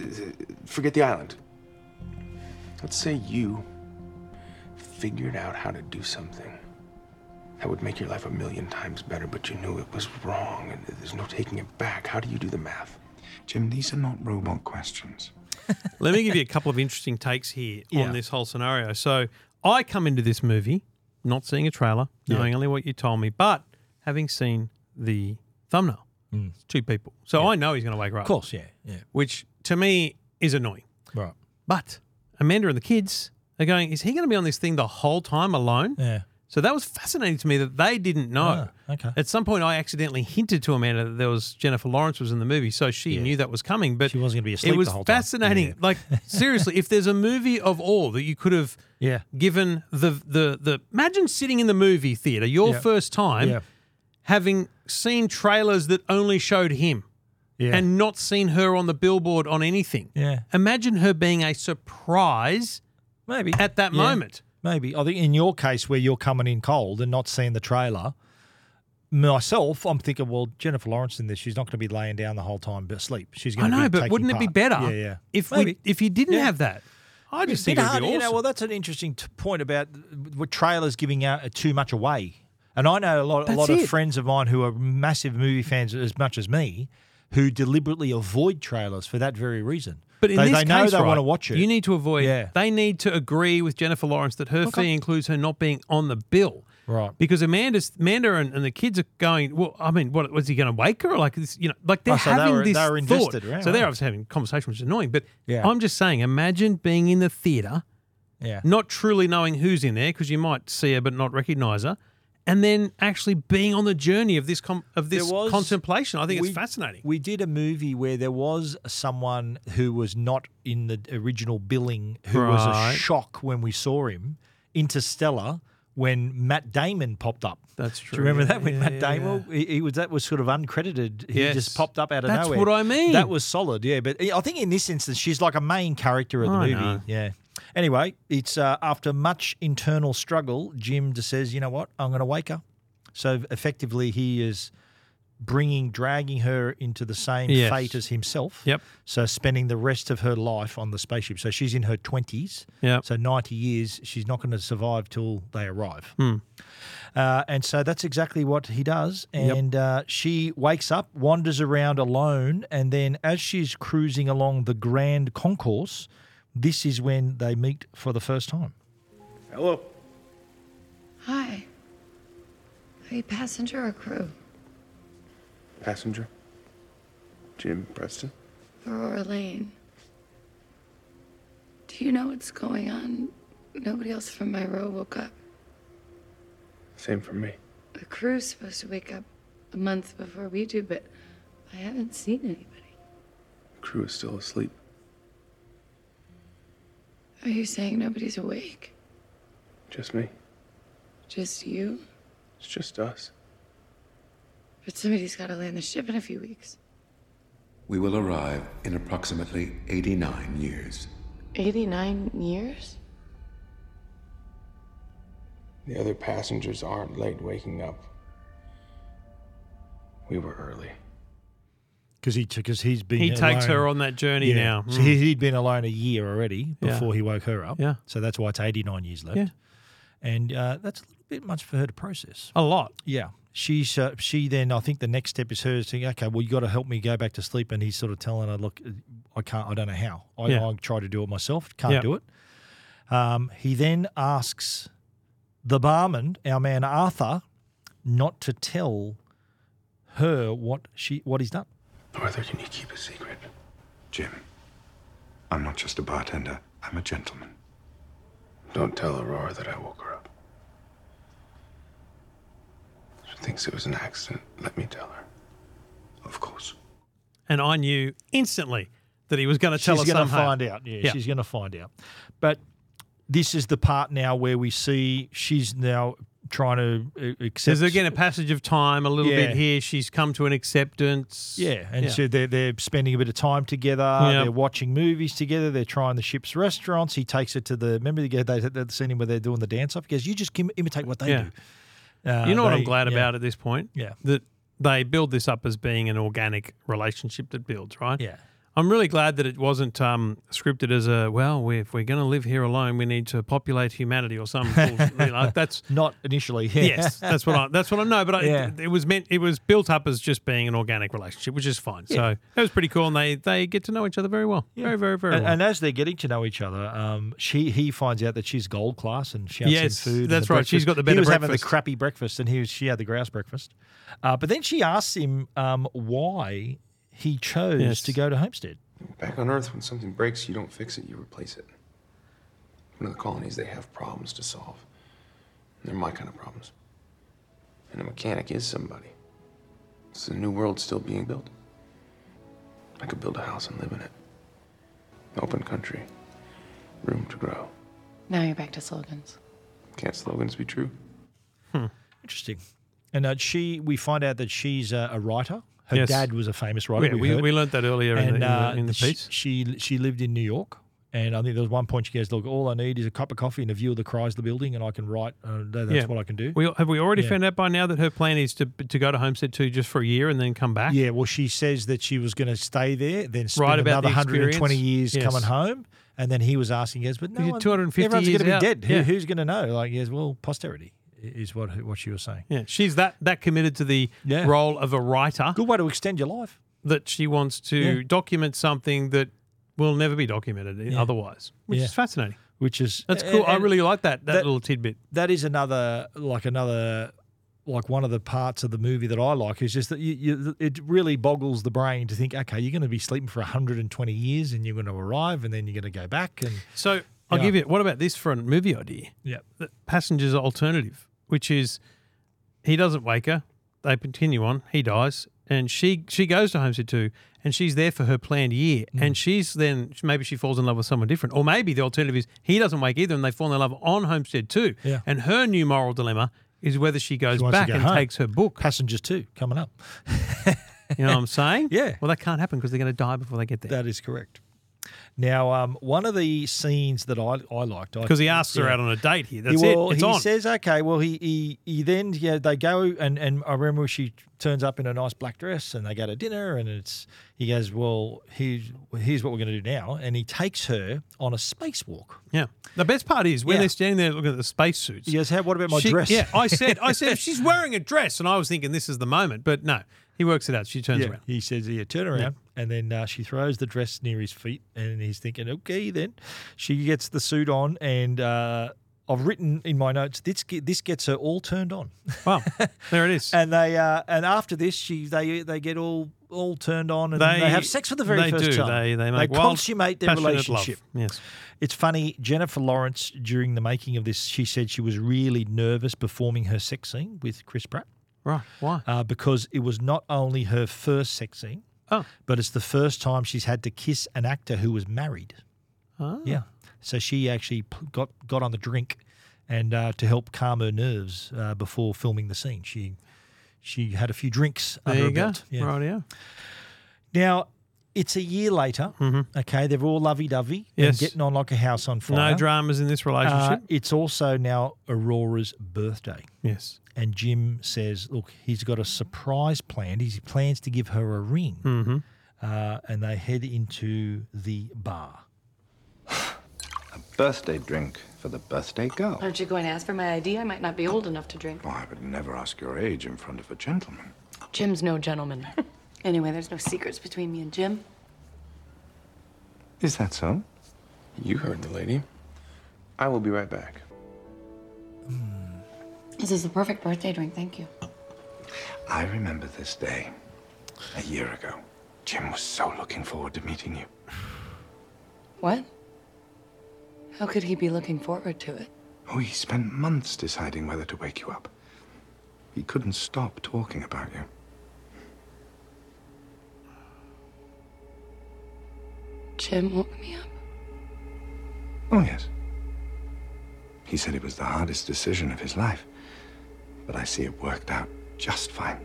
Uh, Forget the island. Let's say you figured out how to do something that would make your life a million times better, but you knew it was wrong and there's no taking it back. How do you do the math?
Jim, these are not robot questions.
Let me give you a couple of interesting takes here
Yeah.
on this whole scenario. So I come into this movie not seeing a trailer,
Yeah.
knowing only what you told me, but having seen the thumbnail. It's two people. So I know he's going to wake her up.
Mm. Of course, yeah, yeah,
Which to me is annoying.
right,
But Amanda and the kids are going, is he going to be on this thing the whole time alone?
yeah.
So that was fascinating to me that they didn't know.
Ah, okay.
At some point, I accidentally hinted to Amanda that there was Jennifer Lawrence was in the movie, so she knew that was coming. But she wasn't going to be
asleep
It was
the whole time.
fascinating.
Yeah.
Like seriously, if there's a movie of all that you could have
Yeah.
given the the the imagine sitting in the movie theater your
Yeah.
first time,
Yeah.
having seen trailers that only showed him,
Yeah.
and not seen her on the billboard on anything.
Yeah.
Imagine her being a surprise,
maybe
at that
Yeah.
moment.
Maybe. I think in your case where you're coming in cold and not seeing the trailer, myself, I'm thinking, well, Jennifer Lawrence in this, she's not going to be laying down the whole time but asleep. She's
I
going to
know,
be
but
taking
wouldn't it be
part.
better
Yeah, yeah.
if
Maybe.
we if you didn't
Yeah.
have that? I just
It's
think
a
it
bit
would
hard,
be
you know,
awesome.
well, that's an interesting t- point about with trailers giving out uh, too much away. And I know a lot, a
That's
lot
it.
of friends of mine who are massive movie fans as much as me, who deliberately avoid trailers for that very reason.
But in
they,
this
they know
case,
they
right,
want to watch it.
You need to avoid.
Yeah.
They need to agree with Jennifer Lawrence that her
Okay.
fee includes her not being on the bill.
Right.
Because Amanda's Amanda and, and the kids are going. Well, I mean, what was he going to wake her? Like this, you know, like they're
Oh, so they
having
were-
this
they were
thought.
invested, right,
so they're
right.
obviously having a conversation, which is annoying. But
Yeah.
I'm just saying, imagine being in the theater,
Yeah.
not truly knowing who's in there because you might see her but not recognize her, and then actually being on the journey of this com- of this
There was-
contemplation. I think
we-
it's fascinating.
We did a movie where there was someone who was not in the original billing who was
Right.
a shock when we saw him. Interstellar when Matt Damon popped up.
That's
Do
true,
you remember
yeah,
that when
yeah,
Matt
yeah,
Damon He, he was that was sort of uncredited. He
Yes.
just popped up out of
That's
nowhere.
what I mean.
That was solid, yeah. But I think in this instance she's like a main character of the
I
movie.
know.
Yeah. Anyway, it's uh, after much internal struggle, Jim just says, "You know what? I'm going to wake her." So effectively, he is bringing, dragging her into the same
Yes.
fate as himself.
Yep.
So spending the rest of her life on the spaceship. So she's in her twenties.
Yep.
So ninety years, she's not going to survive till they arrive.
Hmm.
Uh, and so that's exactly what he does.
Yep.
And uh, she wakes up, wanders around alone, and then as she's cruising along the grand concourse, this is when they meet for the first time.
Hello.
Hi. Are you passenger or crew?
Passenger? Jim Preston?
Aurora Lane. Do you know what's going on? Nobody else from my row woke up.
Same for me.
The crew's supposed to wake up a month before we do, but I haven't seen anybody.
The crew is still asleep.
Are you saying nobody's awake?
Just me.
Just you?
It's just us.
But somebody's got to land the ship in a few weeks.
We will arrive in approximately 89 years.
89 years?
The other passengers aren't late waking up. We were early.
Because he because he's been
He takes
alone-
her on that journey
Yeah.
now.
So
Mm.
he- he'd been alone a year already
Yeah.
before he woke her up.
Yeah.
So that's why it's eighty nine years left.
Yeah.
And uh, that's a little bit much for her to process.
A lot.
Yeah. She's uh, she then I think the next step is her saying, okay, well you got to help me go back to sleep, and he's sort of telling her, look, I can't, I don't know how. I,
Yeah.
I try to do it myself, can't
Yeah.
do it. Um, he then asks the barman, our man Arthur, not to tell her what she what he's done.
Arthur, can you keep a secret?
Jim, I'm not just a bartender, I'm a gentleman.
Don't tell Aurora that I woke her up. She thinks it was an accident. Let me tell her. Of course.
and I knew instantly that he was going to tell
she's
us
gonna
somehow.
find out. Yeah, she's going to find out. But this is the part now where we see she's now trying to uh, accept.
There's again a passage of time, a little
Yeah.
bit here. She's come to an acceptance.
yeah, and so they're, they're spending a bit of time together.
Yeah.
They're watching movies together. They're trying the ship's restaurants. He takes her to the. Remember the they they the scene where they're doing the dance off. He goes, "You just im- imitate what they
Yeah.
do." Uh,
you know what I'm
they-
glad
yeah.
about at this point?
Yeah.
That they build this up as being an organic relationship that builds, right?
Yeah.
I'm really glad that it wasn't um, scripted as a well. We, if we're going to live here alone, we need to populate humanity or something. like that's
not initially. yeah.
Yes, that's what I. That's what I know. But I,
Yeah.
it, was meant. It was built up as just being an organic relationship, which is fine.
Yeah.
So that was pretty cool, and they they get to know each other very well. Very, very, very
and,
well.
and as they're getting to know each other, um, she he finds out that she's gold class and shouts in
Yes,
food. and
that's
the
right. She's
breakfast-
got the better
He was having the
breakfast.
crappy breakfast, and he was, she had the grouse breakfast. Uh, but then she asks him um, why he chose
Yes.
to go to Homestead.
Back on Earth, when something breaks, you don't fix it, you replace it. One of the colonies, they have problems to solve. They're my kind of problems. And a mechanic is somebody. It's the new world still being built. I could build a house and live in it. Open country. Room to grow.
Now you're back to slogans.
Can't slogans be true?
Interesting. And uh, she, we find out that she's a, a writer. Her
Yes.
dad was a famous writer.
Yeah, we-
heard. uh,
we learnt that earlier in the- in the- in the
she-
piece.
She she lived in New York, and I think there was one point she goes, "Look, all I need is a cup of coffee and a view of the Chrysler Building, and I can write. Uh, tha- that's
Yeah.
what I can do."
We, have we already
Yeah.
found out by now that her plan is to to go to Homestead 2 just for a year and then come back?
Yeah, well, she says that she was going to stay there, then spend
Right about
another
the
120
experience.
years
Yes.
coming home. And then he was asking, he goes, but no,
You're
one-
250
everyone's
years
gonna be
out.
dead. Who-
Yeah.
who's going to know? Like, yes, well, posterity i- is what what she was saying.
Yeah, she's that that committed to the
Yeah.
role of a writer. Good
way to extend your life.
That she wants to
Yeah.
document something that will never be documented
Yeah.
otherwise, which
Yeah.
is fascinating.
Which is
that's cool. I
and-
really like that that,
that-
little tidbit.
That is another like another like one of the parts of the movie that I like is just that you, you it really boggles the brain to think, okay, you're going to be sleeping for 120 years and you're going to arrive and then you're going to go back and
So I'll
Yeah.
give you. What about this for a movie idea?
yeah,
The passenger's alternative, which is he doesn't wake her. They continue on. He dies, and she she goes to Homestead Two, and she's there for her planned year.
Mm.
And she's then maybe she falls in love with someone different, or maybe the alternative is he doesn't wake either, and they fall in love on Homestead Two.
Yeah.
And her new moral dilemma is whether she goes
wants to
back
go
and
home.
takes her book.
Passengers Two coming up.
You know what I'm saying?
Yeah.
Well, that can't happen because they're going to die before they get there.
That is correct. Now, um, one of the scenes that I, I liked I-
Because he asks her
yeah.
out on a date here.
He-
That's
well,
it. It's
he
on.
says, okay, well, he, he, he then, yeah, they go, and, and I remember she turns up in a nice black dress and they go to dinner, and it's, he goes, well, here's, here's what we're going to do now. And he takes her on a spacewalk.
Yeah. The best part is when
Yeah.
they're standing there looking at the spacesuits.
He goes, how, what about my
she-
dress?
Yeah, I said, I said she's wearing a dress, and I was thinking this is the moment, but no, he works it out. She turns
Yeah,
around.
He says, yeah, turn around. And then uh, she throws the dress near his feet, and he's thinking, okay, then. She gets the suit on, and uh, I've written in my notes, this, ge- this gets her all turned on.
Wow, there it is.
and they uh, and after this, she they they get all all turned on and they, have sex for the very
they
first
do.
time.
They, they, make wild,
consummate their
passionate love.
relationship.
Yes.
It's funny, Jennifer Lawrence during the making of this, she said she was really nervous performing her sex scene with Chris Pratt
Right. Why?
uh, because it was not only her first sex scene,
Oh.
but it's the first time she's had to kiss an actor who was married.
Ah.
Yeah. So she actually p- got got on the drink, and uh, to help calm her nerves uh, before filming the scene, she she had a few drinks
There
under
you
her
go.
belt. Yeah.
Right. Yeah.
Now it's a year later. Okay, they're all lovey dovey
Mm-hmm. Yes.
and getting on like a house on fire.
No dramas in this
Uh,
relationship.
it's also now Aurora's birthday.
yes.
And Jim says, look, he's got a surprise planned. He plans to give her a ring.
Mhm.
Uh, and they head into the bar.
Birthday drink for the birthday girl.
Aren't you going to ask for my ID? I might not be old enough to drink.
I would never ask your age in front of a gentleman.
Jim's no gentleman. anyway, there's no secrets between me and Jim.
Is that so?
You heard the lady. I will be right back.
This is the perfect birthday drink. Thank you.
I remember this day. A year ago. Jim was so looking forward to meeting you.
What? How could he be looking forward to it?
Oh, he spent months deciding whether to wake you up. He couldn't stop talking about you.
Jim woke me up.
Oh, yes. He said it was the hardest decision of his life. But I see it worked out just fine.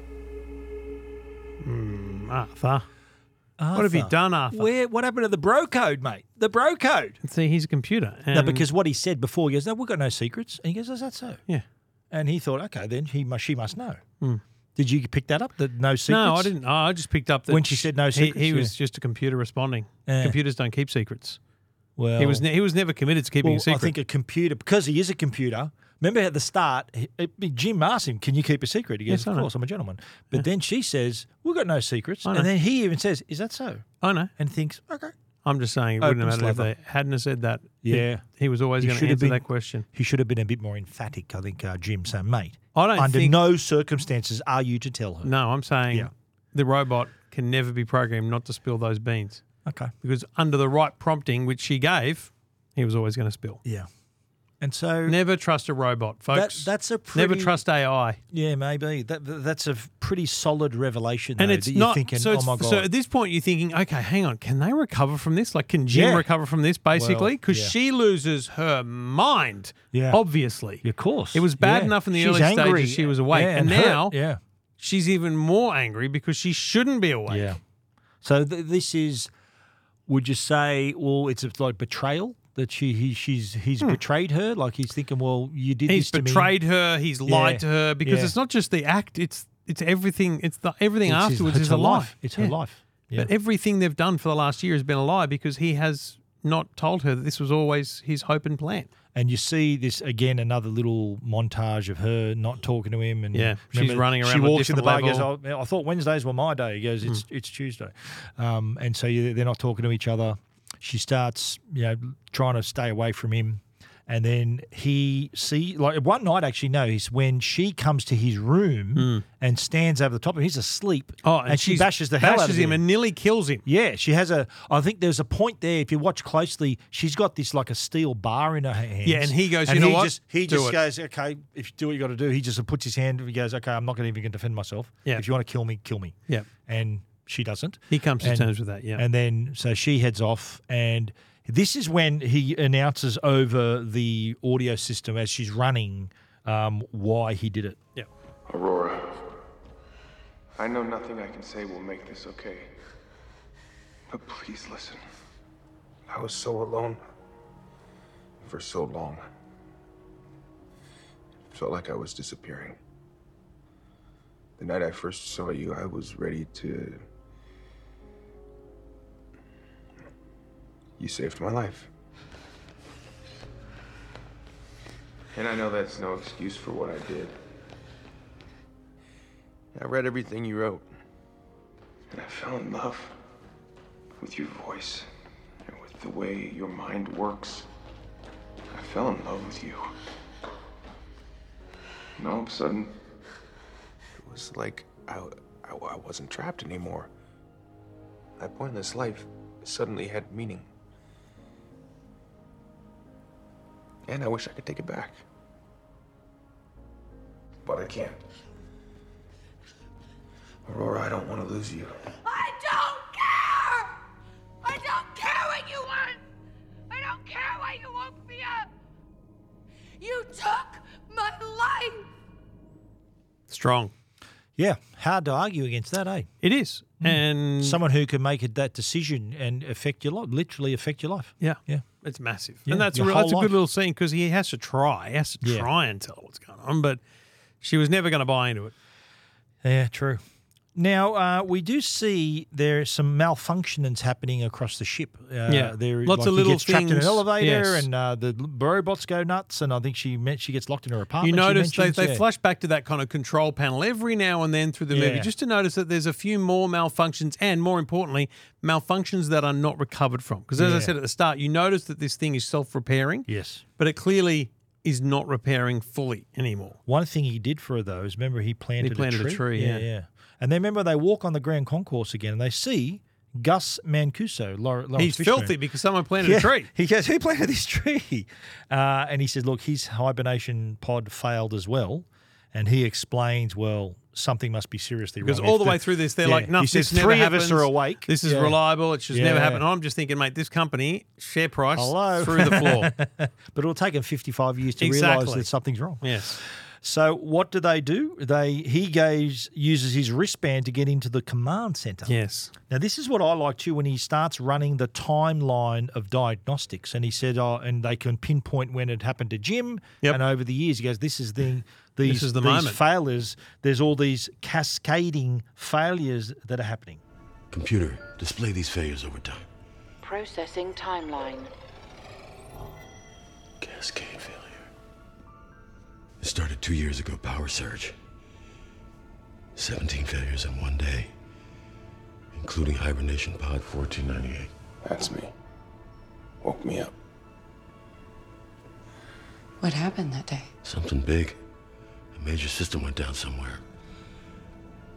Mm, Arthur. What have you done, Arthur?
Where, what happened to the bro code, mate? The bro code.
See, he's a computer.
no,
and-
because what he said before, he goes, no, we've got no secrets. And he goes, is that so?
Yeah.
And he thought, okay, then he must, she must know.
Hmm.
Did you pick that up? That no secrets?
No, I didn't. I just picked up that
When she said no
he-
secrets,
He,
yeah.
was just a computer responding.
Yeah.
Computers don't keep secrets.
Well,
he was ne- he was never committed to keeping
well,
a secret.
I think a computer, because he is a computer. Remember at the start, he- it- Jim asked him, "Can you keep a secret?" He goes,
Yes, I
"Of
know.
course, I'm a gentleman." But then she says, "We've got no secrets,"
I know.
and then he even says, "Is that so?"
I know.
And thinks, "Okay."
I'm just saying it wouldn't have
Open
mattered if
slather.
they hadn't have said that. He-
Yeah.
He, was always
He
going to
should have
answer that
been-
question.
He should have been a bit more emphatic, I think, uh, Jim. So, mate,
I don't
under
think-
no circumstances are you to tell her.
No, I'm saying
Yeah.
the robot can never be programmed not to spill those beans.
Okay.
Because under the right prompting, which she gave, he was always going to spill.
Yeah. And so
Never trust a robot, folks.
That- that's a
Never
pretty-
trust AI.
Yeah, maybe that that's a pretty solid revelation.
And
though,
it's
that you're
not
thinking,
so.
oh
it's-
my god.
So at this point, you're thinking, okay, hang on, can they recover from this? Like, can Jim
Yeah.
recover from this? Basically,
Well,
because
yeah.
she loses her mind.
Yeah.
obviously.
of course,
It was bad
Yeah.
enough in the
She's
early
angry.
stages she was awake,
Yeah,
and,
hurt.
now
yeah.
she's even more angry because she shouldn't be awake.
Yeah. So th- this is, would you say, well, it's a, like betrayal that she he, she's he's betrayed her. Like he's thinking, well, you did.
Hmm. he's
this to me.
betrayed her. He's lied
Yeah.
to her because
Yeah.
it's not just the act; it's it's everything. It's the everything
It's his-
afterwards
it's
is
her
a lie.
life. It's her life. Yeah.
But everything they've done for the last year has been a lie because he has not told her that this was always his hope and plan.
And you see this again, another little montage of her not talking to him, and
Yeah, she's
remember,
running
She
around with
walks in the bar,
different
and goes,
level. Hmm.
oh, "I thought Wednesdays were my day." He goes, "It's it's Tuesday," um, and so you, they're not talking to each other. She starts, you know, trying to stay away from him, and then he see like one night actually no, he's when she comes to his room and stands over the top of him. He's asleep.
Hmm. Oh, and
she
she's-
bashes the hell out
bashes
of
him and nearly kills him.
Yeah, she has a. I think there's a point there. If you watch closely, she's got this like a steel bar in her hand.
Yeah, and he goes, "You know what?
Just, he
Do
just
it."
goes, "Okay, if you do what you got to do." He just puts his hand. and He goes, "Okay, I'm not going to even going to defend myself.
Yeah.
If you want to kill me, kill me."
Yeah.
And she doesn't.
He comes to
And-
terms with that, yeah.
And then so she heads off, and this is when he announces over the audio system as she's running um, why he did it.
Yeah.
Aurora. I know nothing I can say will make this okay. But please listen.
I was so alone for so long. It felt like I was disappearing. The night I first saw you, I was ready to. You saved my life.
And I know that's no excuse for what I did.
I read everything you wrote.
And I fell in love with your voice and with the way your mind works. I fell in love with you. And all of a sudden,
It was like I, I, I wasn't trapped anymore. That pointless life suddenly had meaning. And I wish I could take it back. But I can't. Aurora, I don't want to lose you.
I don't care! I don't care what you want! I don't care why you woke me up! You took my life!
Strong.
Yeah, hard to argue against that, eh?
It is. And
someone who can make it that decision and affect your life, literally affect your life.
Yeah.
Yeah.
It's massive.
Yeah,
and that's,
your
real, that's a
whole
good
life.
little scene because he has to try. He has to
Yeah.
try and tell her what's going on, but she was never going to buy into it.
Yeah, true. Now uh, we do see there are some malfunctionings happening across the ship. Uh,
Yeah.
there
Lots
like
of
he
little
gets trapped in an
things.
elevator,
Yes.
and uh, the l- robots go nuts. And I think she meant she gets locked in her
you
apartment. she
notice they,
mentions,
they
yeah.
flash back to that kind of control panel every now and then through the movie
Yeah.
just to notice that there's a few more malfunctions and more importantly malfunctions that are not recovered from because as i
Yeah.
said at the start you notice that this thing is self-repairing
Yes.
but it clearly is not repairing fully anymore
One thing he did for her though is remember he planted,
planted a tree,
yeah,
yeah.
And then remember they walk on the Grand Concourse again, and they see Gus Mancuso. Lau- Lawrence
he's
Fishburne.
filthy because someone planted
Oh, Yeah.
a tree
He goes, Who planted this tree? Uh, and he says, Look, his hibernation pod failed as well. And he explains, Well, something must be seriously
because
wrong.
all
If
the way through this, they're
Yeah.
like, "No,
He says,
this never
Three
happens.
of us are awake.
This is
Yeah.
reliable. It's just never
Yeah.
happened." I'm just thinking, mate, this company share price
Hello.
through the floor.
but it'll take them 55 years to realize
Exactly.
that something's wrong.
yes,
So what do they do? They he goes uses his wristband to get into the command center.
yes.
Now, this is what I like too when he starts running the timeline of diagnostics. And he said, oh, and they can pinpoint when it happened to Jim. And over the years, he goes, this is the. These,
is the
these
moment.
failures, there's all these cascading failures that are happening.
Computer, display these failures over time.
Processing timeline.
Cascade failure. It started two years ago, power surge. 17 failures in one day, including hibernation pod 1498.
That's me. Woke me up.
What happened that day?
Something big. A major system went down somewhere.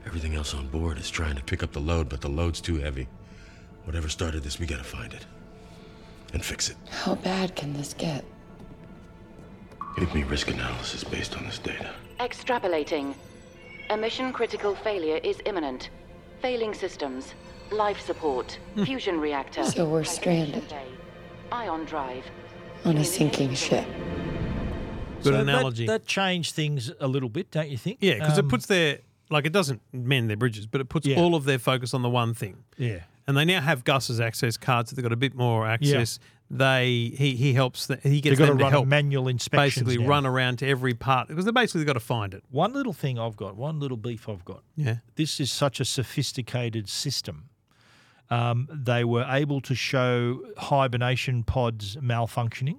Everything else on board is trying to pick up the load, but the load's too heavy. Whatever started this, we gotta find it and fix it.
How bad can this get?
Give me risk analysis based on this data.
Extrapolating. A mission critical failure is imminent. Failing systems. Life support. Fusion reactor.
Hmm. So we're stranded
Ion drive.
on a sinking ship.
Good
that-
analogy.
That, changed things a little bit, don't you think?
Yeah, because
Um,
it puts their like it doesn't mend their bridges, but it puts
Yeah.
all of their focus on the one thing.
Yeah.
and they now have Gus's access cards. So they've got a bit more access. They he he helps. The, he
They've
gets
got to
them
run
help.
manual inspections
Basically,
now.
run around to every part because they basically got to find it.
One little thing I've got, one little beef I've got.
Yeah.
This is such a sophisticated system. Um, they were able to show hibernation pods malfunctioning,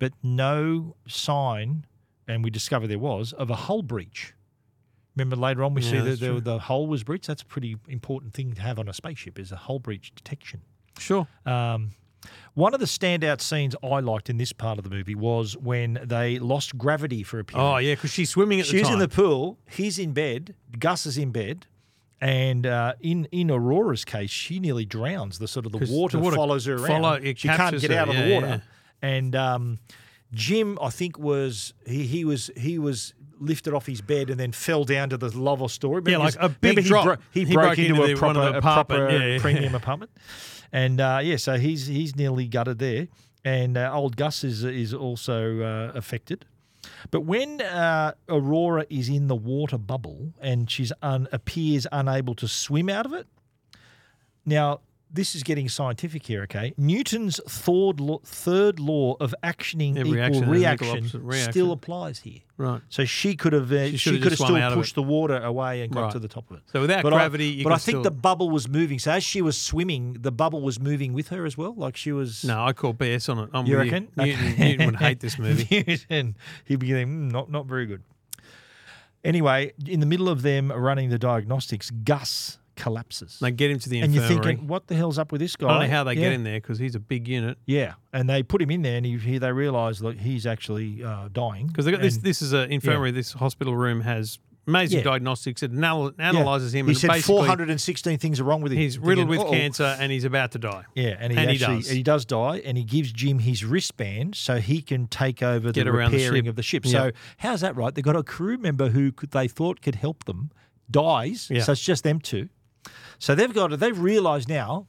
but no sign, and we discover there was, of a hull breach. Remember later on we
Yeah,
see that
that's
the,
true.
the hull was breached. That's a pretty important thing to have on a spaceship is a hull breach detection.
Sure.
Um, one of the standout scenes I liked in this part of the movie was when they lost gravity for a period.
Oh yeah, because she's swimming at the
She's
time.
in the pool. He's in bed. Gus is in bed. And uh, in in Aurora's case, she nearly drowns. The sort of the
'Cause
water,
the water
follows her around.
follow- it
she can't
captures
get
her,
out of the
yeah,
water. And um, Jim, I think, was he, he was he was lifted off his bed and then fell down to the level story.
Yeah,
Remember
like
his-
a big
remember he
drop.
bro- he,
He
broke,
broke
into,
into
a
the- one
proper,
of the
a
apartment.
proper
Yeah, yeah.
premium apartment, and uh, yeah, so he's he's nearly gutted there, and uh, old Gus is is also uh, affected. But when uh, Aurora is in the water bubble and she's un- appears unable to swim out of it, now, this is getting scientific here, okay? Newton's third law, third law of actioning
Yeah,
equal
reaction
reaction,
and equal opposite reaction.
still applies here.
Right.
So she could have uh,
She
she,
should have
could have
just swum out
still
of
pushed
it.
the water away and got
Right.
to the top of it.
So without
but
gravity,
I,
you
but
can
I think
still-
the bubble was moving. So as she was swimming, the bubble was moving with her as well. Like she was.
No, I call BS on it. I'm
you
with
reckon?
Newton,
Okay.
Newton would hate this movie.
Newton, he'd be going, "Mm, not not very good. Anyway, in the middle of them running the diagnostics, Gus collapses.
They get him to the
and you're
infirmary.
thinking, what the hell's up with this guy?
I don't know how they
Yeah.
get in there because he's a big unit.
Yeah, and they put him in there, and he, he they realise that he's actually uh, dying
Because they got this.
And-
This is an infirmary. This hospital room has amazing
Yeah.
diagnostics. It anal-
Yeah.
analyzes him.
He
and
said
basically-
416 things are wrong with him.
He's
Thinking,
riddled with
"Uh-oh."
cancer and he's about to die.
Yeah, and he
And he
actually,
does.
he does die, and he gives Jim his wristband so he can take over
Get
the
around the
repairing
ship.
of the ship.
Yeah.
So how's that right? They've got a crew member who could, they thought could help them dies,
Yeah.
so it's just them two. So they've got they've realised now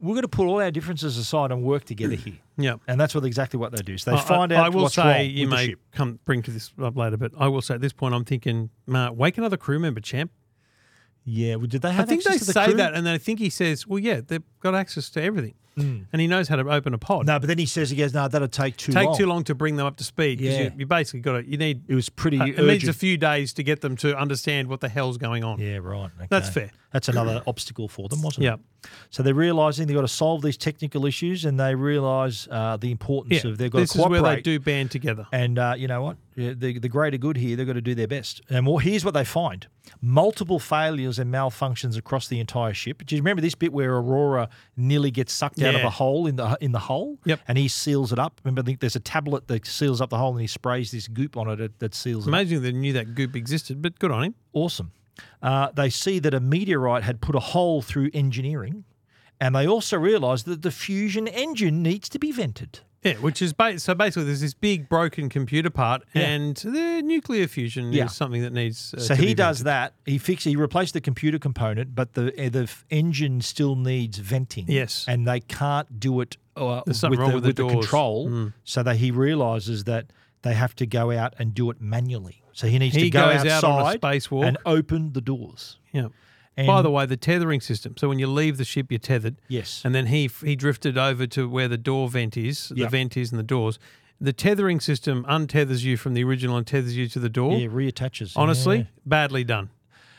we're going to put all our differences aside and work together here.
Yeah.
and that's what exactly what they do. So they
I-
find
I,
out
I will
what's
say
wrong
you
with the
may
ship.
come bring to this up later, but I will say at this point I'm thinking, Mark, wake another crew member, champ.
Yeah, well, did they
I
have
think they
access to the
say
crew?
that, and then I think he says, "Well, yeah, they've got access to everything, and he knows how to open a pod."
Mm. No, but then he says he goes, "No, that'll take too
Take
long."
too long to bring them up to speed because
Yeah.
you, you basically got to. You need
It was pretty.
uh, it needs a
urgent.
few days to get them to understand what the hell's going on.
Yeah, right.
That's
okay.
fair.
That's another obstacle for them, wasn't
Yep.
it? So they're realizing they've got to solve these technical issues, and they realize uh, the importance
Yeah,
of they've got
this
to
is
cooperate.
where they do band together.
And uh, you know what? Yeah, The, the greater good here, they've got to do their best. And well, here's what they find multiple failures and malfunctions across the entire ship. Do you remember this bit where Aurora nearly gets sucked out of
Yeah.
a hole in the in the hole?
Yep.
And he seals it up. Remember, I think there's a tablet that seals up the hole and he sprays this goop on it that, that seals
It's
it up.
amazing they knew that goop existed, but good on him.
Awesome. Uh, they see that a meteorite had put a hole through engineering, and they also realise that the fusion engine needs to be vented.
Yeah, which is ba- so basically there's this big broken computer part, and the nuclear fusion
Yeah.
is something that needs. Uh,
so
to
he
be
does that. He fixed. He replaced the computer component, but the uh, the f- engine still needs venting.
Yes.
and they can't do it uh,
There's something wrong with the doors.
control.
Mm.
So that he realises that they have to go out and do it manually. So he needs to
He
go
goes
outside
out on a spacewalk.
and open the doors.
Yeah. By
And-
the way, the tethering system. So when you leave the ship, you're tethered.
Yes.
And then he f- he drifted over to where the door vent is,
Yeah.
the vent is, and the doors. The tethering system untethers you from the original and tethers you to the door.
Yeah, reattaches.
Honestly,
Yeah. Hmm.
badly done.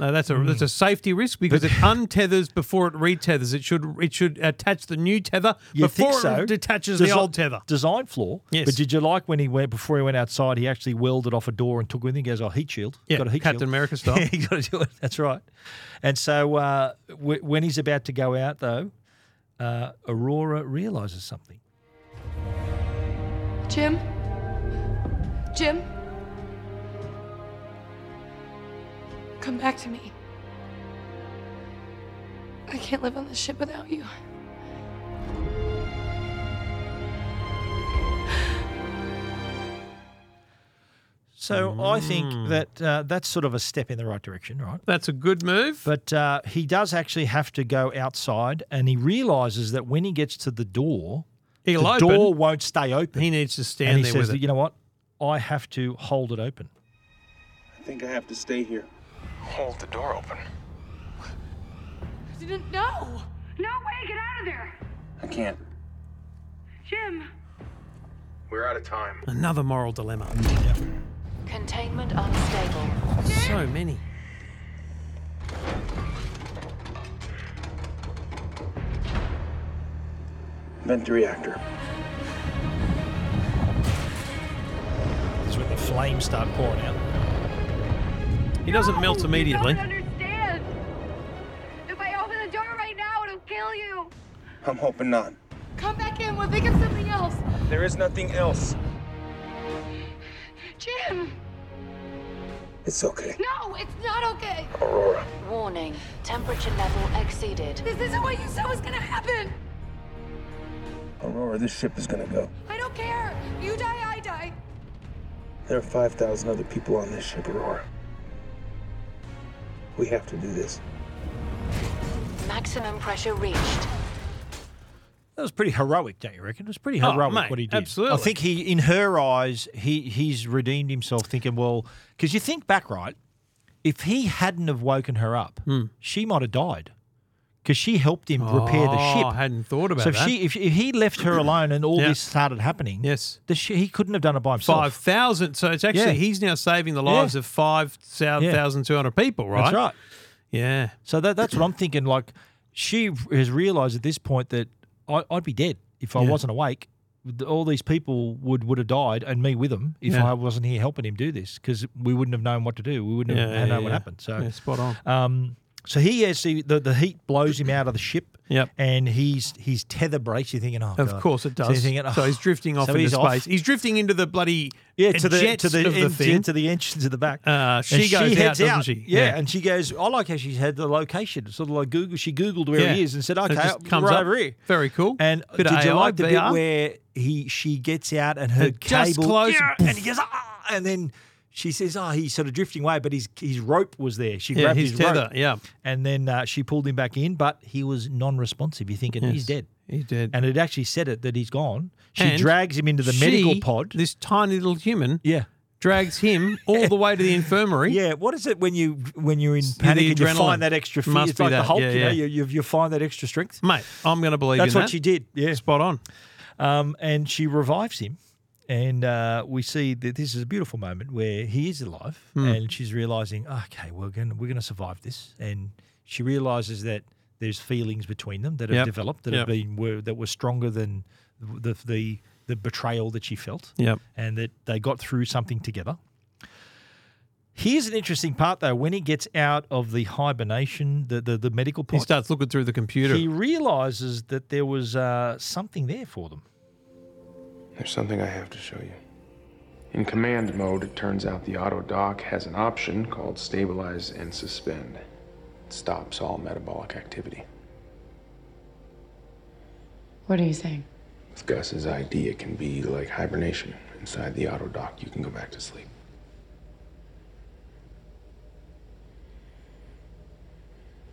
No, that's a that's a safety risk because it untethers before it retethers. It should it should attach the new tether
You
before
think so?
it detaches
Desi-
the old tether.
Design flaw.
Yes.
But did you like when he went before he went outside? He actually welded off a door and took with him. He goes, "Oh, heat shield.
Yeah,
got a heat
Captain
shield.
America style.
Yeah, you got to do it. That's right. And so uh, w- when he's about to go out, though, uh, Aurora realizes something.
Jim? Jim? Come back to me. I can't live on this ship without you.
So I
Mm.
think that uh, that's sort of a step in the right direction, right?
That's a good move.
But uh, he does actually have to go outside, and he realizes that when he gets to the door,
He'll
the
open.
door won't stay open.
He needs to stand
and he
there
says
with
that,
it.
You know what? I have to hold it open.
I think I have to stay here. Hold the door open.
I didn't know. No way, get out of there.
I can't.
Jim.
We're out of time.
Another moral dilemma.
Containment unstable.
So many.
Vent the reactor.
That's when the flames start pouring out.
He doesn't melt immediately.
Understand? If I open the door right now, it'll kill you.
I'm hoping not.
Come back in. We'll think of something else.
There is nothing else.
Jim.
It's okay.
No, it's not okay.
Aurora.
Warning. Temperature level exceeded.
This isn't what you said was gonna happen.
Aurora, this ship is gonna go.
I don't care. You die, I die.
There are 5,000 other people on this ship, Aurora. We have to do this.
Maximum pressure reached.
That was pretty heroic, don't you reckon? It was pretty
Oh,
heroic
mate,
what he did.
absolutely.
I think he, in her eyes, he he's redeemed himself, thinking, well, because you think back, right? If he hadn't have woken her up,
Hmm.
she might have died, because she helped him repair the ship.
Oh, I hadn't thought about
so if
that.
she, if, if he left her alone and all
Yeah.
this started happening,
yes,
the shi he couldn't have done it by himself.
Five thousand. So it's actually
Yeah.
he's now saving the lives
Yeah.
of five thousand two hundred people, right?
That's right.
Yeah.
So that, that's what I'm thinking. Like, she has realised at this point that I, I'd be dead if I
Yeah.
wasn't awake. All these people would, would have died, and me with them, if
Yeah.
I wasn't here helping him do this, because we wouldn't have known what to do. We wouldn't have
Yeah,
known
yeah,
what
yeah.
happened. So
Yeah, spot on.
Um, so he actually the, the heat blows him out of the ship.
Yep.
And he's his tether breaks. You're thinking, oh,
Of
God.
course it
So
does.
you're
So,
thinking, oh.
he's drifting off
So
into
he's
space.
off.
He's drifting into the bloody
Yeah, to the
jets
to the,
of the
en-
thing.
to the entrance to the back.
Uh, she
And
goes out,
heads
doesn't she?
Yeah,
Yeah.
and she goes. I like how she's had the location. Sort of like Google. She googled where
Yeah.
he is and said,
So it
"Okay,
just comes
right
up.
over here."
Very cool.
And
Bit
did
of
you
AI,
like the
VR?
bit where he she gets out and her
It just
cable
closes.
Yeah, and he goes ah, and then she says, "Oh, he's sort of drifting away, but his his rope was there. She
Yeah,
grabbed
his
his,
tether,
rope,
yeah.
and then uh, she pulled him back in, but he was non-responsive. You're thinking
Yes.
he's dead,
He's dead.
and it actually said it that he's gone. She
And
drags him into the
she,
medical pod.
This tiny little human.
Yeah.
Drags him all the way to the infirmary.
Yeah, what is it when you when you're in
the
panic and you
adrenaline.
find that extra? Fear?
Must
it's
be
like
that,
the Hulk,
yeah,
you know,
yeah.
you, you, you find that extra strength.
Mate, I'm going to believe
That's
in
what
that.
she did. Yeah,
Spot on.
Um, and she revives him, and uh, we see that this is a beautiful moment where he is alive,
Hmm.
and she's realizing, okay, we're going to we're going to survive this, and she realizes that there's feelings between them that have
Yep.
developed that have
Yep.
been were, that were stronger than the the the betrayal that she felt.
Yep.
and that they got through something together. Here's an interesting part, though. When he gets out of the hibernation, the the, the medical
He
pod,
starts looking through the computer.
he realizes that there was uh, something there for them.
There's something I have to show you. In command mode, it turns out the auto dock has an option called stabilize and suspend. It stops all metabolic activity.
What are you saying?
With Gus's ID, it can be like hibernation. Inside the auto dock, you can go back to sleep.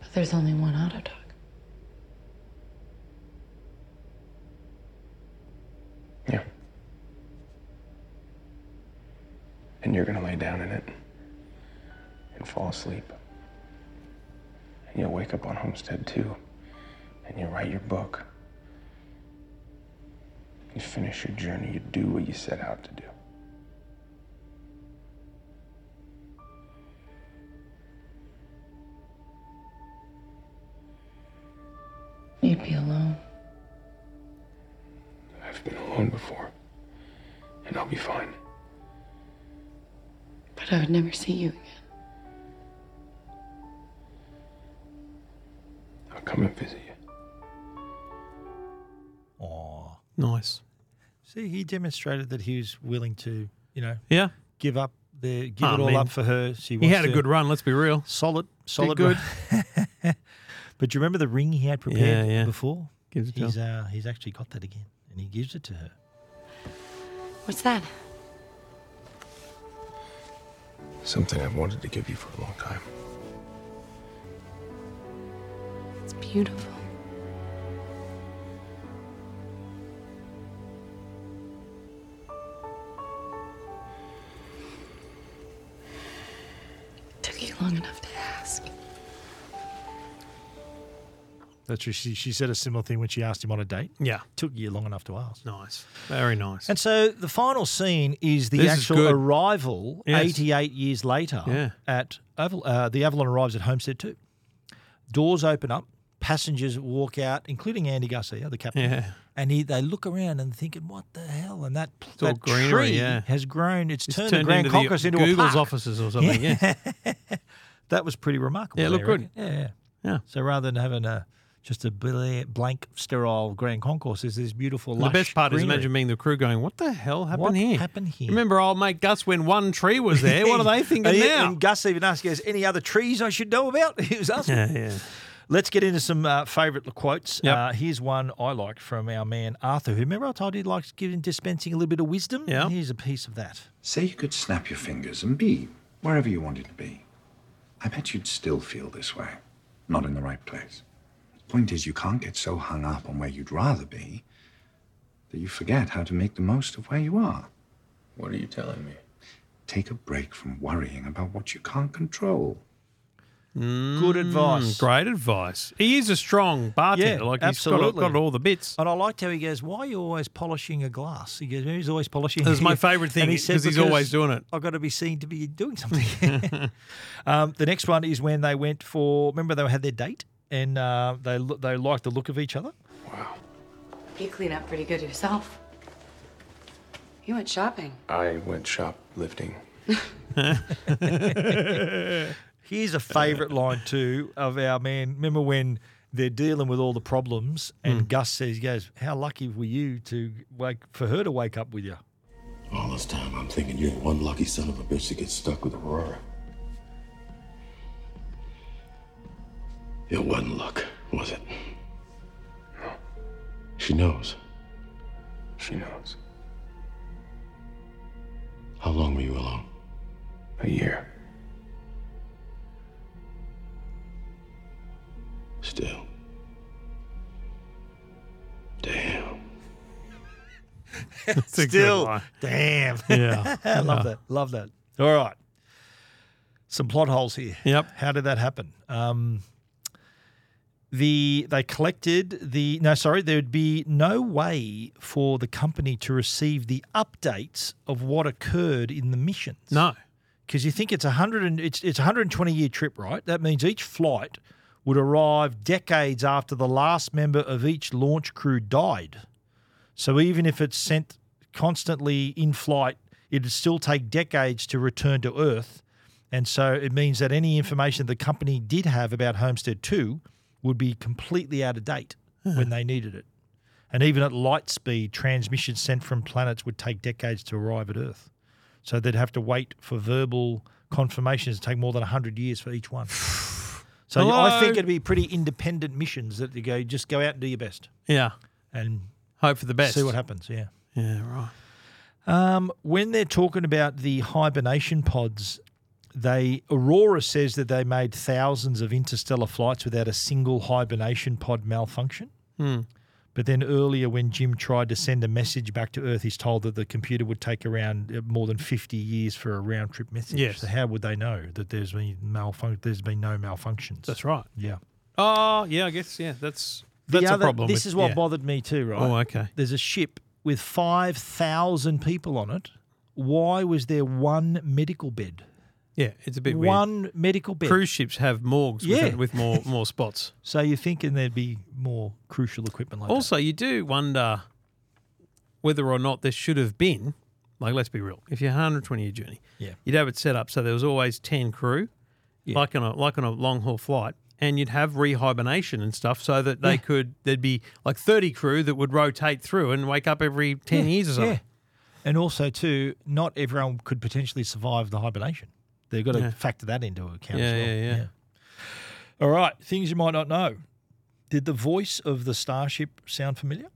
But there's only one auto dock.
Yeah. And you're gonna lay down in it and fall asleep. And you'll wake up on Homestead too. And you write your book. You finish your journey, you do what you set out to do.
You'd be alone.
I've been alone before. And I'll be fine.
But I would never see you again.
I'll come and visit you.
Oh,
nice.
see, he demonstrated that he was willing to, you know,
Yeah.
give up the give
I
it all
mean,
up for her. She
he
wants
had a
to-
good run, let's be real.
solid, solid
good.
run. but do you remember the ring he had prepared
Yeah, yeah.
before?
Gives it to
he's uh, he's actually got that again, and he gives it to her.
What's that?
Something I've wanted to give you for a long time.
It's beautiful. Took you long enough to ask.
That's true. She, she said a similar thing when she asked him on a date.
Yeah.
Took you long enough to ask.
Nice. Very nice.
And so the final scene is the
This is
actual
good.
arrival
Yes.
88 years later
Yeah.
at Aval- uh, the Avalon arrives at Homestead 2. Doors open up, passengers walk out, including Andy Garcia, the captain.
Yeah.
And he, they look around and thinking, what the hell? And that,
all
that
greenery,
tree
yeah.
has grown. It's,
It's
turned,
turned
the Grand
into the
Concourse into a
Google's
park.
offices or something,
that was pretty remarkable.
Yeah, it
they
looked good.
reckon. Yeah, yeah.
Yeah.
So rather than having a just a bla- blank, sterile Grand Concourse, there's this beautiful.
And the
Lush
best part is
greenery.
imagine being the crew going, "What the hell happened
What
here?
happened here?"
Remember, old mate Gus, when one tree was there, what are they thinking
and,
now?
And Gus even asked, "Is any other trees I should know about?" He was asking.
Yeah, yeah.
Let's get into some uh, favourite quotes.
Yep.
Uh, here's one I liked from our man Arthur, who remember I told you he likes giving dispensing a little bit of wisdom. Yeah. Here's a piece of that.
Say you could snap your fingers and be wherever you wanted to be. I bet you'd still feel this way, not in the right place. Point is, you can't get so hung up on where you'd rather be that you forget how to make the most of where you are.
What are you telling me?
Take a break from worrying about what you can't control.
Good advice.
Mm, Great advice. He is a strong bartender. like he's got- Got, all the bits.
And I liked how he goes, Why are you always polishing a glass? He goes, He's always polishing
That's my favourite thing,
And he said,
'cause he's always doing it.
I've got to be seen to be doing something. um, the next one is when they went for, remember they had their date and uh, they, lo- they liked the look of each other?
You clean up pretty good yourself. You went shopping.
I went shoplifting.
Here's a favourite line too of our man. Remember when they're dealing with all the problems, and Gus says, he "Goes, how lucky were you to wake for her to wake up with you?"
All this time, I'm thinking you're the one lucky son of a bitch that gets stuck with Aurora. It wasn't luck, was it? No. She knows.
She knows.
How long were you alone?
A year.
Still.
That's a good
Still,
line.
damn.
Yeah.
I love
Yeah.
that. Love that. All right. Some plot holes here.
Yep.
How did that happen? Um, the they collected the no sorry there would be no way for the company to receive the updates of what occurred in the missions.
No.
because you think it's a hundred and it's it's a hundred and twenty year trip, right? That means each flight would arrive decades after the last member of each launch crew died. So even if it's sent constantly in flight, it'd still take decades to return to Earth. And so it means that any information the company did have about Homestead 2 would be completely out of date
Hmm.
when they needed it. And even at light speed, transmissions sent from planets would take decades to arrive at Earth. So they'd have to wait for verbal confirmations to take more than 100 years for each one. So I
Hello?
think it'd be pretty independent missions that you go, just go out and do your best
Yeah.
and
Hope for the best.
see what happens. Yeah.
Yeah. Right.
Um, when they're talking about the hibernation pods, they Aurora says that they made thousands of interstellar flights without a single hibernation pod malfunction.
Hmm.
But then earlier, when Jim tried to send a message back to Earth, he's told that the computer would take around uh, more than fifty years for a round trip message.
Yes.
So how would they know that there's been malfun- There's been no malfunctions.
That's right.
Yeah.
Oh, yeah. I guess. Yeah. That's
The
that's a
other-
problem.
This
with-
is what
yeah.
bothered me too, right?
Oh, okay.
There's a ship with 5,000 people on it. Why was there one medical bed?
Yeah. It's a bit weird.
one medical bed.
Cruise ships have morgues
Yeah.
with, with more more spots.
so you're thinking there'd be more crucial equipment like
also, you do wonder whether or not there should have been, like, let's be real, if you're a 120 year journey,
Yeah.
you'd have it set up so there was always 10 crew, like on a like on a long haul flight, and you'd have rehibernation and stuff so that they
Yeah.
could there'd be like 30 crew that would rotate through and wake up every 10
Yeah,
years or
yeah.
something.
And also, too, not everyone could potentially survive the hibernation. They've got to
Yeah.
factor that into account
Yeah,
as well.
yeah, yeah.
All right, things you might not know. Did the voice of the starship sound familiar?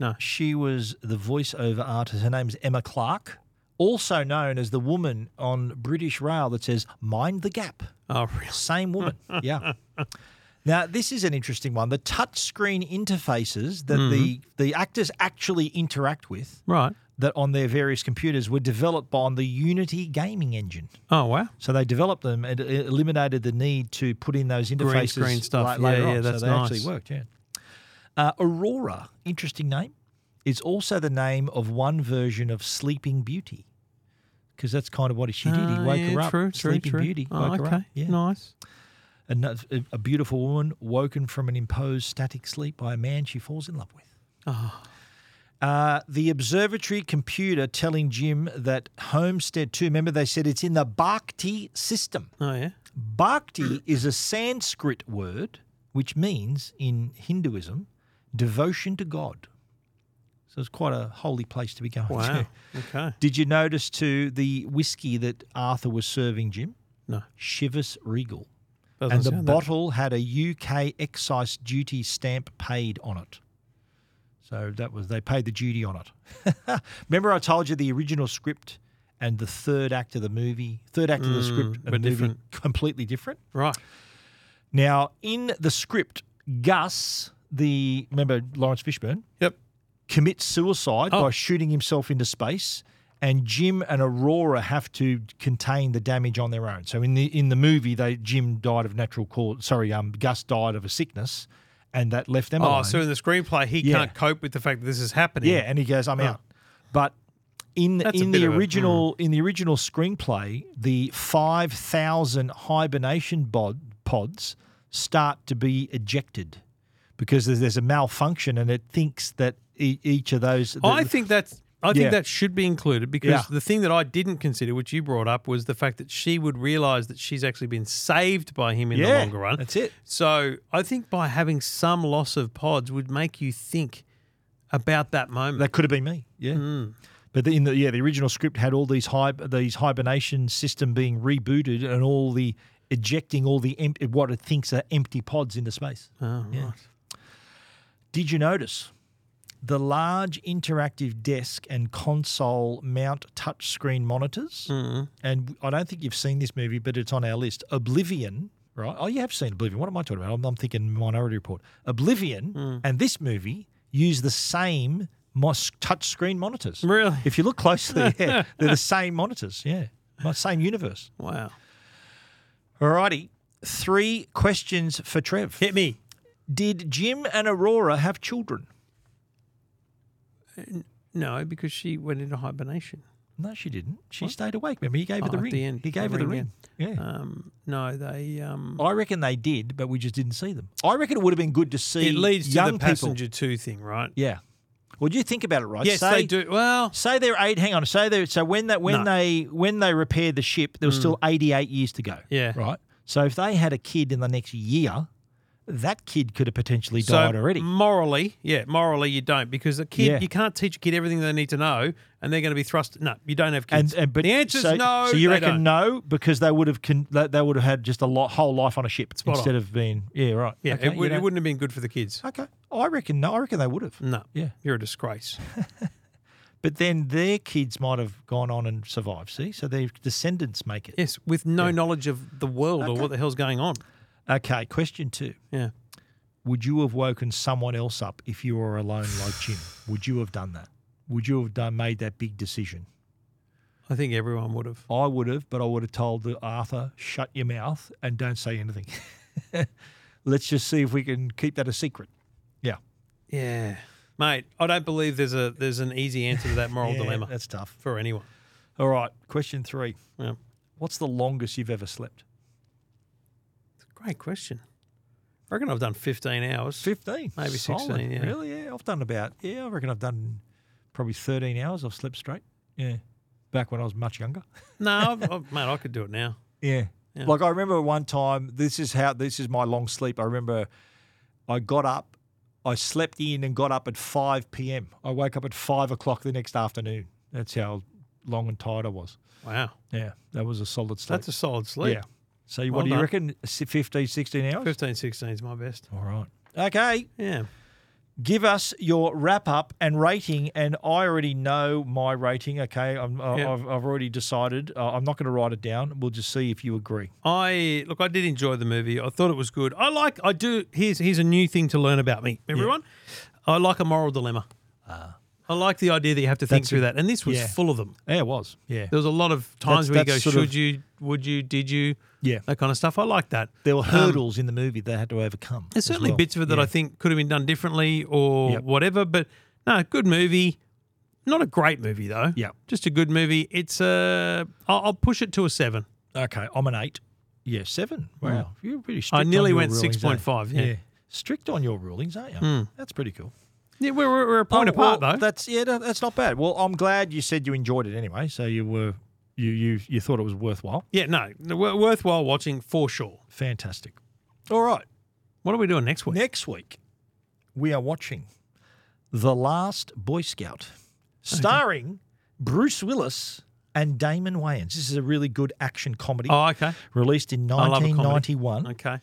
No.
She was the voiceover artist. Her name's Emma Clark also known as the woman on British Rail that says, Mind the Gap.
Oh, really?
Same woman. yeah. Now, this is an interesting one. The touchscreen interfaces that the, the actors actually interact with
Right.
that on their various computers were developed on the Unity gaming engine.
Oh, wow.
So they developed them and it eliminated the need to put in those interfaces.
Green screen stuff.
la- later
Yeah, yeah,
on.
that's
so they
nice.
actually worked, yeah. Uh, Aurora, interesting name, is also the name of one version of Sleeping Beauty. Because that's kind of what she did. He
Ah,
woke
yeah,
her up.
true, true,
Sleeping
true.
Beauty.
Oh,
woke her up.
okay. Nice.
Another, a beautiful woman woken from an imposed static sleep by a man she falls in love with.
Oh.
Uh, the observatory computer telling Jim that Homestead 2, remember they said it's in the Bhakti system.
Oh, yeah.
Bhakti is a Sanskrit word which means, in Hinduism, devotion to God. So it's quite a holy place to be going
Wow.
to.
Okay.
Did you notice too the whiskey that Arthur was serving Jim?
No.
Chivas Regal.
Doesn't
and the
sound that-
bottle had a UK excise duty stamp paid on it. So that was they paid the duty on it. Remember I told you the original script and the third act of the movie, third act of the
Mm,
script of
were
the movie
different.
completely different.
Right.
Now in the script, Gus, the remember Lawrence Fishburne,
yep,
commits suicide
Oh.
by shooting himself into space. And Jim and Aurora have to contain the damage on their own. So in the in the movie, they Jim died of natural cause. Sorry, um, Gus died of a sickness, and that left them
oh,
alone.
so in the screenplay, he
Yeah.
can't cope with the fact that this is happening.
Yeah, and he goes, "I'm
Oh.
out." But in
That's a
in
bit
the
of a- hmm.
original in the original screenplay, the five thousand hibernation bod, pods start to be ejected because there's, there's a malfunction, and it thinks that e- each of those.
I
the-
think that's. I think
Yeah.
that should be included because
Yeah.
the thing that I didn't consider, which you brought up, was the fact that she would realize that she's actually been saved by him in the
Yeah,
longer run.
that's it.
So I think by having some loss of pods would make you think about that moment.
That could have been me. Yeah.
Hmm.
But the, in the yeah, the original script had all these hi, these hibernation system being rebooted and all the ejecting all the em- what it thinks are empty pods into space.
Oh,
Yeah.
right.
Did you notice the large interactive desk and console mount touchscreen monitors?
Mm.
And I don't think you've seen this movie, but it's on our list. Oblivion, right? Oh, you have seen Oblivion. What am I talking about? I'm, I'm thinking Minority Report. Oblivion
Hmm.
and this movie use the same mos- touchscreen monitors.
Really?
If you look closely, yeah, they're the same monitors. Yeah, Not same universe.
Wow.
Alrighty, three questions for Trev.
Hit me.
Did Jim and Aurora have children?
No, because she went into hibernation.
No, she didn't. She stayed awake. Remember, he gave her
Oh,
the
at
ring.
the end,
He gave
the
her the
ring,
ring. Yeah.
Um, no, they. Um,
I reckon they did, but we just didn't see them. I reckon it would have been good to see
it leads
young
to the
people.
passenger two thing, right?
Yeah. Well, do you think about it, right?
Yes,
say,
they do. Well,
Say they're eight. Hang on. Say they. So when that when
No. Mm.
they when they repaired the ship, there was still eighty eight years to go.
Yeah.
Right. So if they had a kid in the next year, that kid could have potentially
so
died already.
Morally, yeah, morally you don't because a kid
Yeah.
you can't teach a kid everything they need to know, and they're going to be thrust. No, you don't have kids.
And, and but
the answer's
so,
no.
So you
they
reckon
don't.
no because they would have con- they they would have had just a lo- whole life on a ship
on.
instead of being yeah right
Yeah,
Okay,
it,
you
would, it
don't-
wouldn't have been good for the kids.
Okay. I reckon no. I reckon they would have.
No.
Yeah.
You're a disgrace.
But then their kids might have gone on and survived. See, so their descendants make it.
yes, with no knowledge of the world or
Okay.
what the hell's going on.
Okay. Question two:
Yeah.
Would you have woken someone else up if you were alone, like Jim? Would you have done that? Would you have done made that big decision?
I think everyone would have.
I would have, but I would have told the Arthur, shut your mouth and don't say anything. Let's just see if we can keep that a secret. Yeah.
Yeah. Mate, I don't believe there's a there's an easy answer to that moral
Yeah,
dilemma
That's tough.
for anyone.
All right. Question three.
Yeah.
What's the longest you've ever slept?
Great question. I reckon I've done 15 hours.
15.
Maybe
Solid.
16, yeah.
Really? Yeah. I've done about, yeah, I reckon I've done probably 13 hours. I've slept straight. Yeah. Back when I was much younger.
No, I've, I've, mate, I could do it now.
Yeah.
Yeah.
Like I remember one time, this is how, this is my long sleep. I remember I got up, I slept in and got up at 5 p.m. I woke up at 5 o'clock the next afternoon. That's how long and tired I was.
Wow.
Yeah. That was a solid sleep.
That's a solid sleep.
Yeah. So you
Well
what do you
done.
reckon? S- 15, 16 hours?
15, 16 is my best.
All right. Okay.
Yeah.
Give us your wrap up and rating, and I already know my rating. Okay, I'm, I-
Yeah.
I've, I've already decided. Uh, I'm not going to write it down. We'll just see if you agree.
I look. I did enjoy the movie. I thought it was good. I like. I do. Here's here's a new thing to learn about me. Everyone, I like a moral dilemma. I like the idea that you have to think
Ah. That's
through
it.
that, and this was
Yeah.
full of them.
Yeah, it was. Yeah,
There was a lot of
That's-
times where you go,
that's sort
should
of-
you, would you, did you?
Yeah.
That kind of stuff. I like that.
There were
Um,
hurdles in the movie they had to overcome.
There's
as
certainly
well.
bits of it that
Yeah.
I think could have been done differently or
Yep.
whatever, but no, good movie. Not a great movie though.
Yep.
Just a good movie. It's a. I'll, I'll push it to a seven.
Okay, I'm an eight. Yeah, seven. Wow,
Mm.
you're pretty.
I
Strict on
nearly
your
went
rulings, eh?
6.5, yeah.
strict on your rulings, aren't you?
Mm.
That's pretty cool.
Yeah, we're, we're, we're a point
Oh,
apart
well,
though.
That's yeah, that, that's not bad. Well, I'm glad you said you enjoyed it anyway. So you were you you you thought it was worthwhile.
Yeah, no, w- worthwhile watching for sure.
Fantastic. All right.
What are we doing next week?
Next week, we are watching The Last Boy Scout, starring Bruce Willis and Damon Wayans. This is a really good action comedy.
Oh, okay.
Released in
I love a comedy.
1991.
Okay.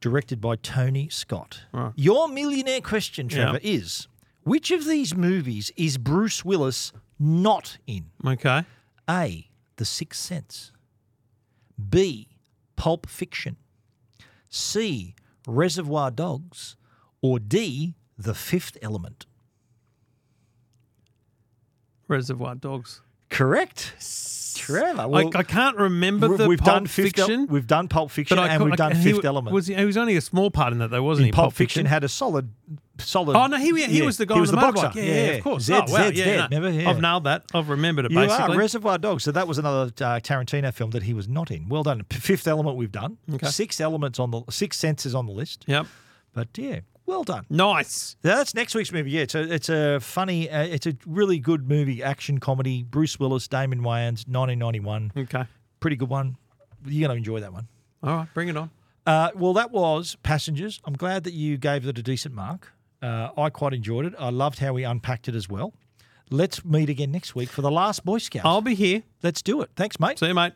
Directed by Tony Scott.
Right.
Your millionaire question,
Yeah.
Trevor, is which of these movies is Bruce Willis not in?
Okay.
A. The Sixth Sense. B. Pulp Fiction. C. Reservoir Dogs. Or D. The Fifth Element.
Reservoir Dogs.
Correct. Trevor. Uh, well,
I, I can't remember
we-
the
we've
Pulp
done Fifth El-
Fiction.
we've done Pulp Fiction
I
and
cou-
we've
I-
done
he
Fifth
wa-
Element.
Was he, he was only a small part in that though,
In
wasn't he?
Pulp Fiction, had a solid, solid.
Oh no, he, he
yeah,
was the guy
He
on
was
the,
the, boxer.
motorbike. Yeah, yeah, of course.
Zed's,
oh, wow.
Zed's
yeah,
dead.
no.
Remember? Yeah.
I've nailed that. I've remembered it
You
basically.
are Reservoir Dogs. So that was another uh, Tarantino film that he was not in. Well done. P- Fifth Element we've done.
Okay.
Six elements on the six senses on the list.
Yep.
But yeah, well done.
Nice.
Now, that's next week's movie. Yeah, it's a it's a funny, uh, it's a really good movie, action comedy. Bruce Willis, Damon Wayans, 1991.
Okay.
Pretty good one. You're going to enjoy that one.
All right, bring it on.
Uh, well, that was Passengers. I'm glad that you gave it a decent mark. Uh, I quite enjoyed it. I loved how we unpacked it as well. Let's meet again next week for the last Boy Scout.
I'll be here.
Let's do it. Thanks, mate.
See you, mate.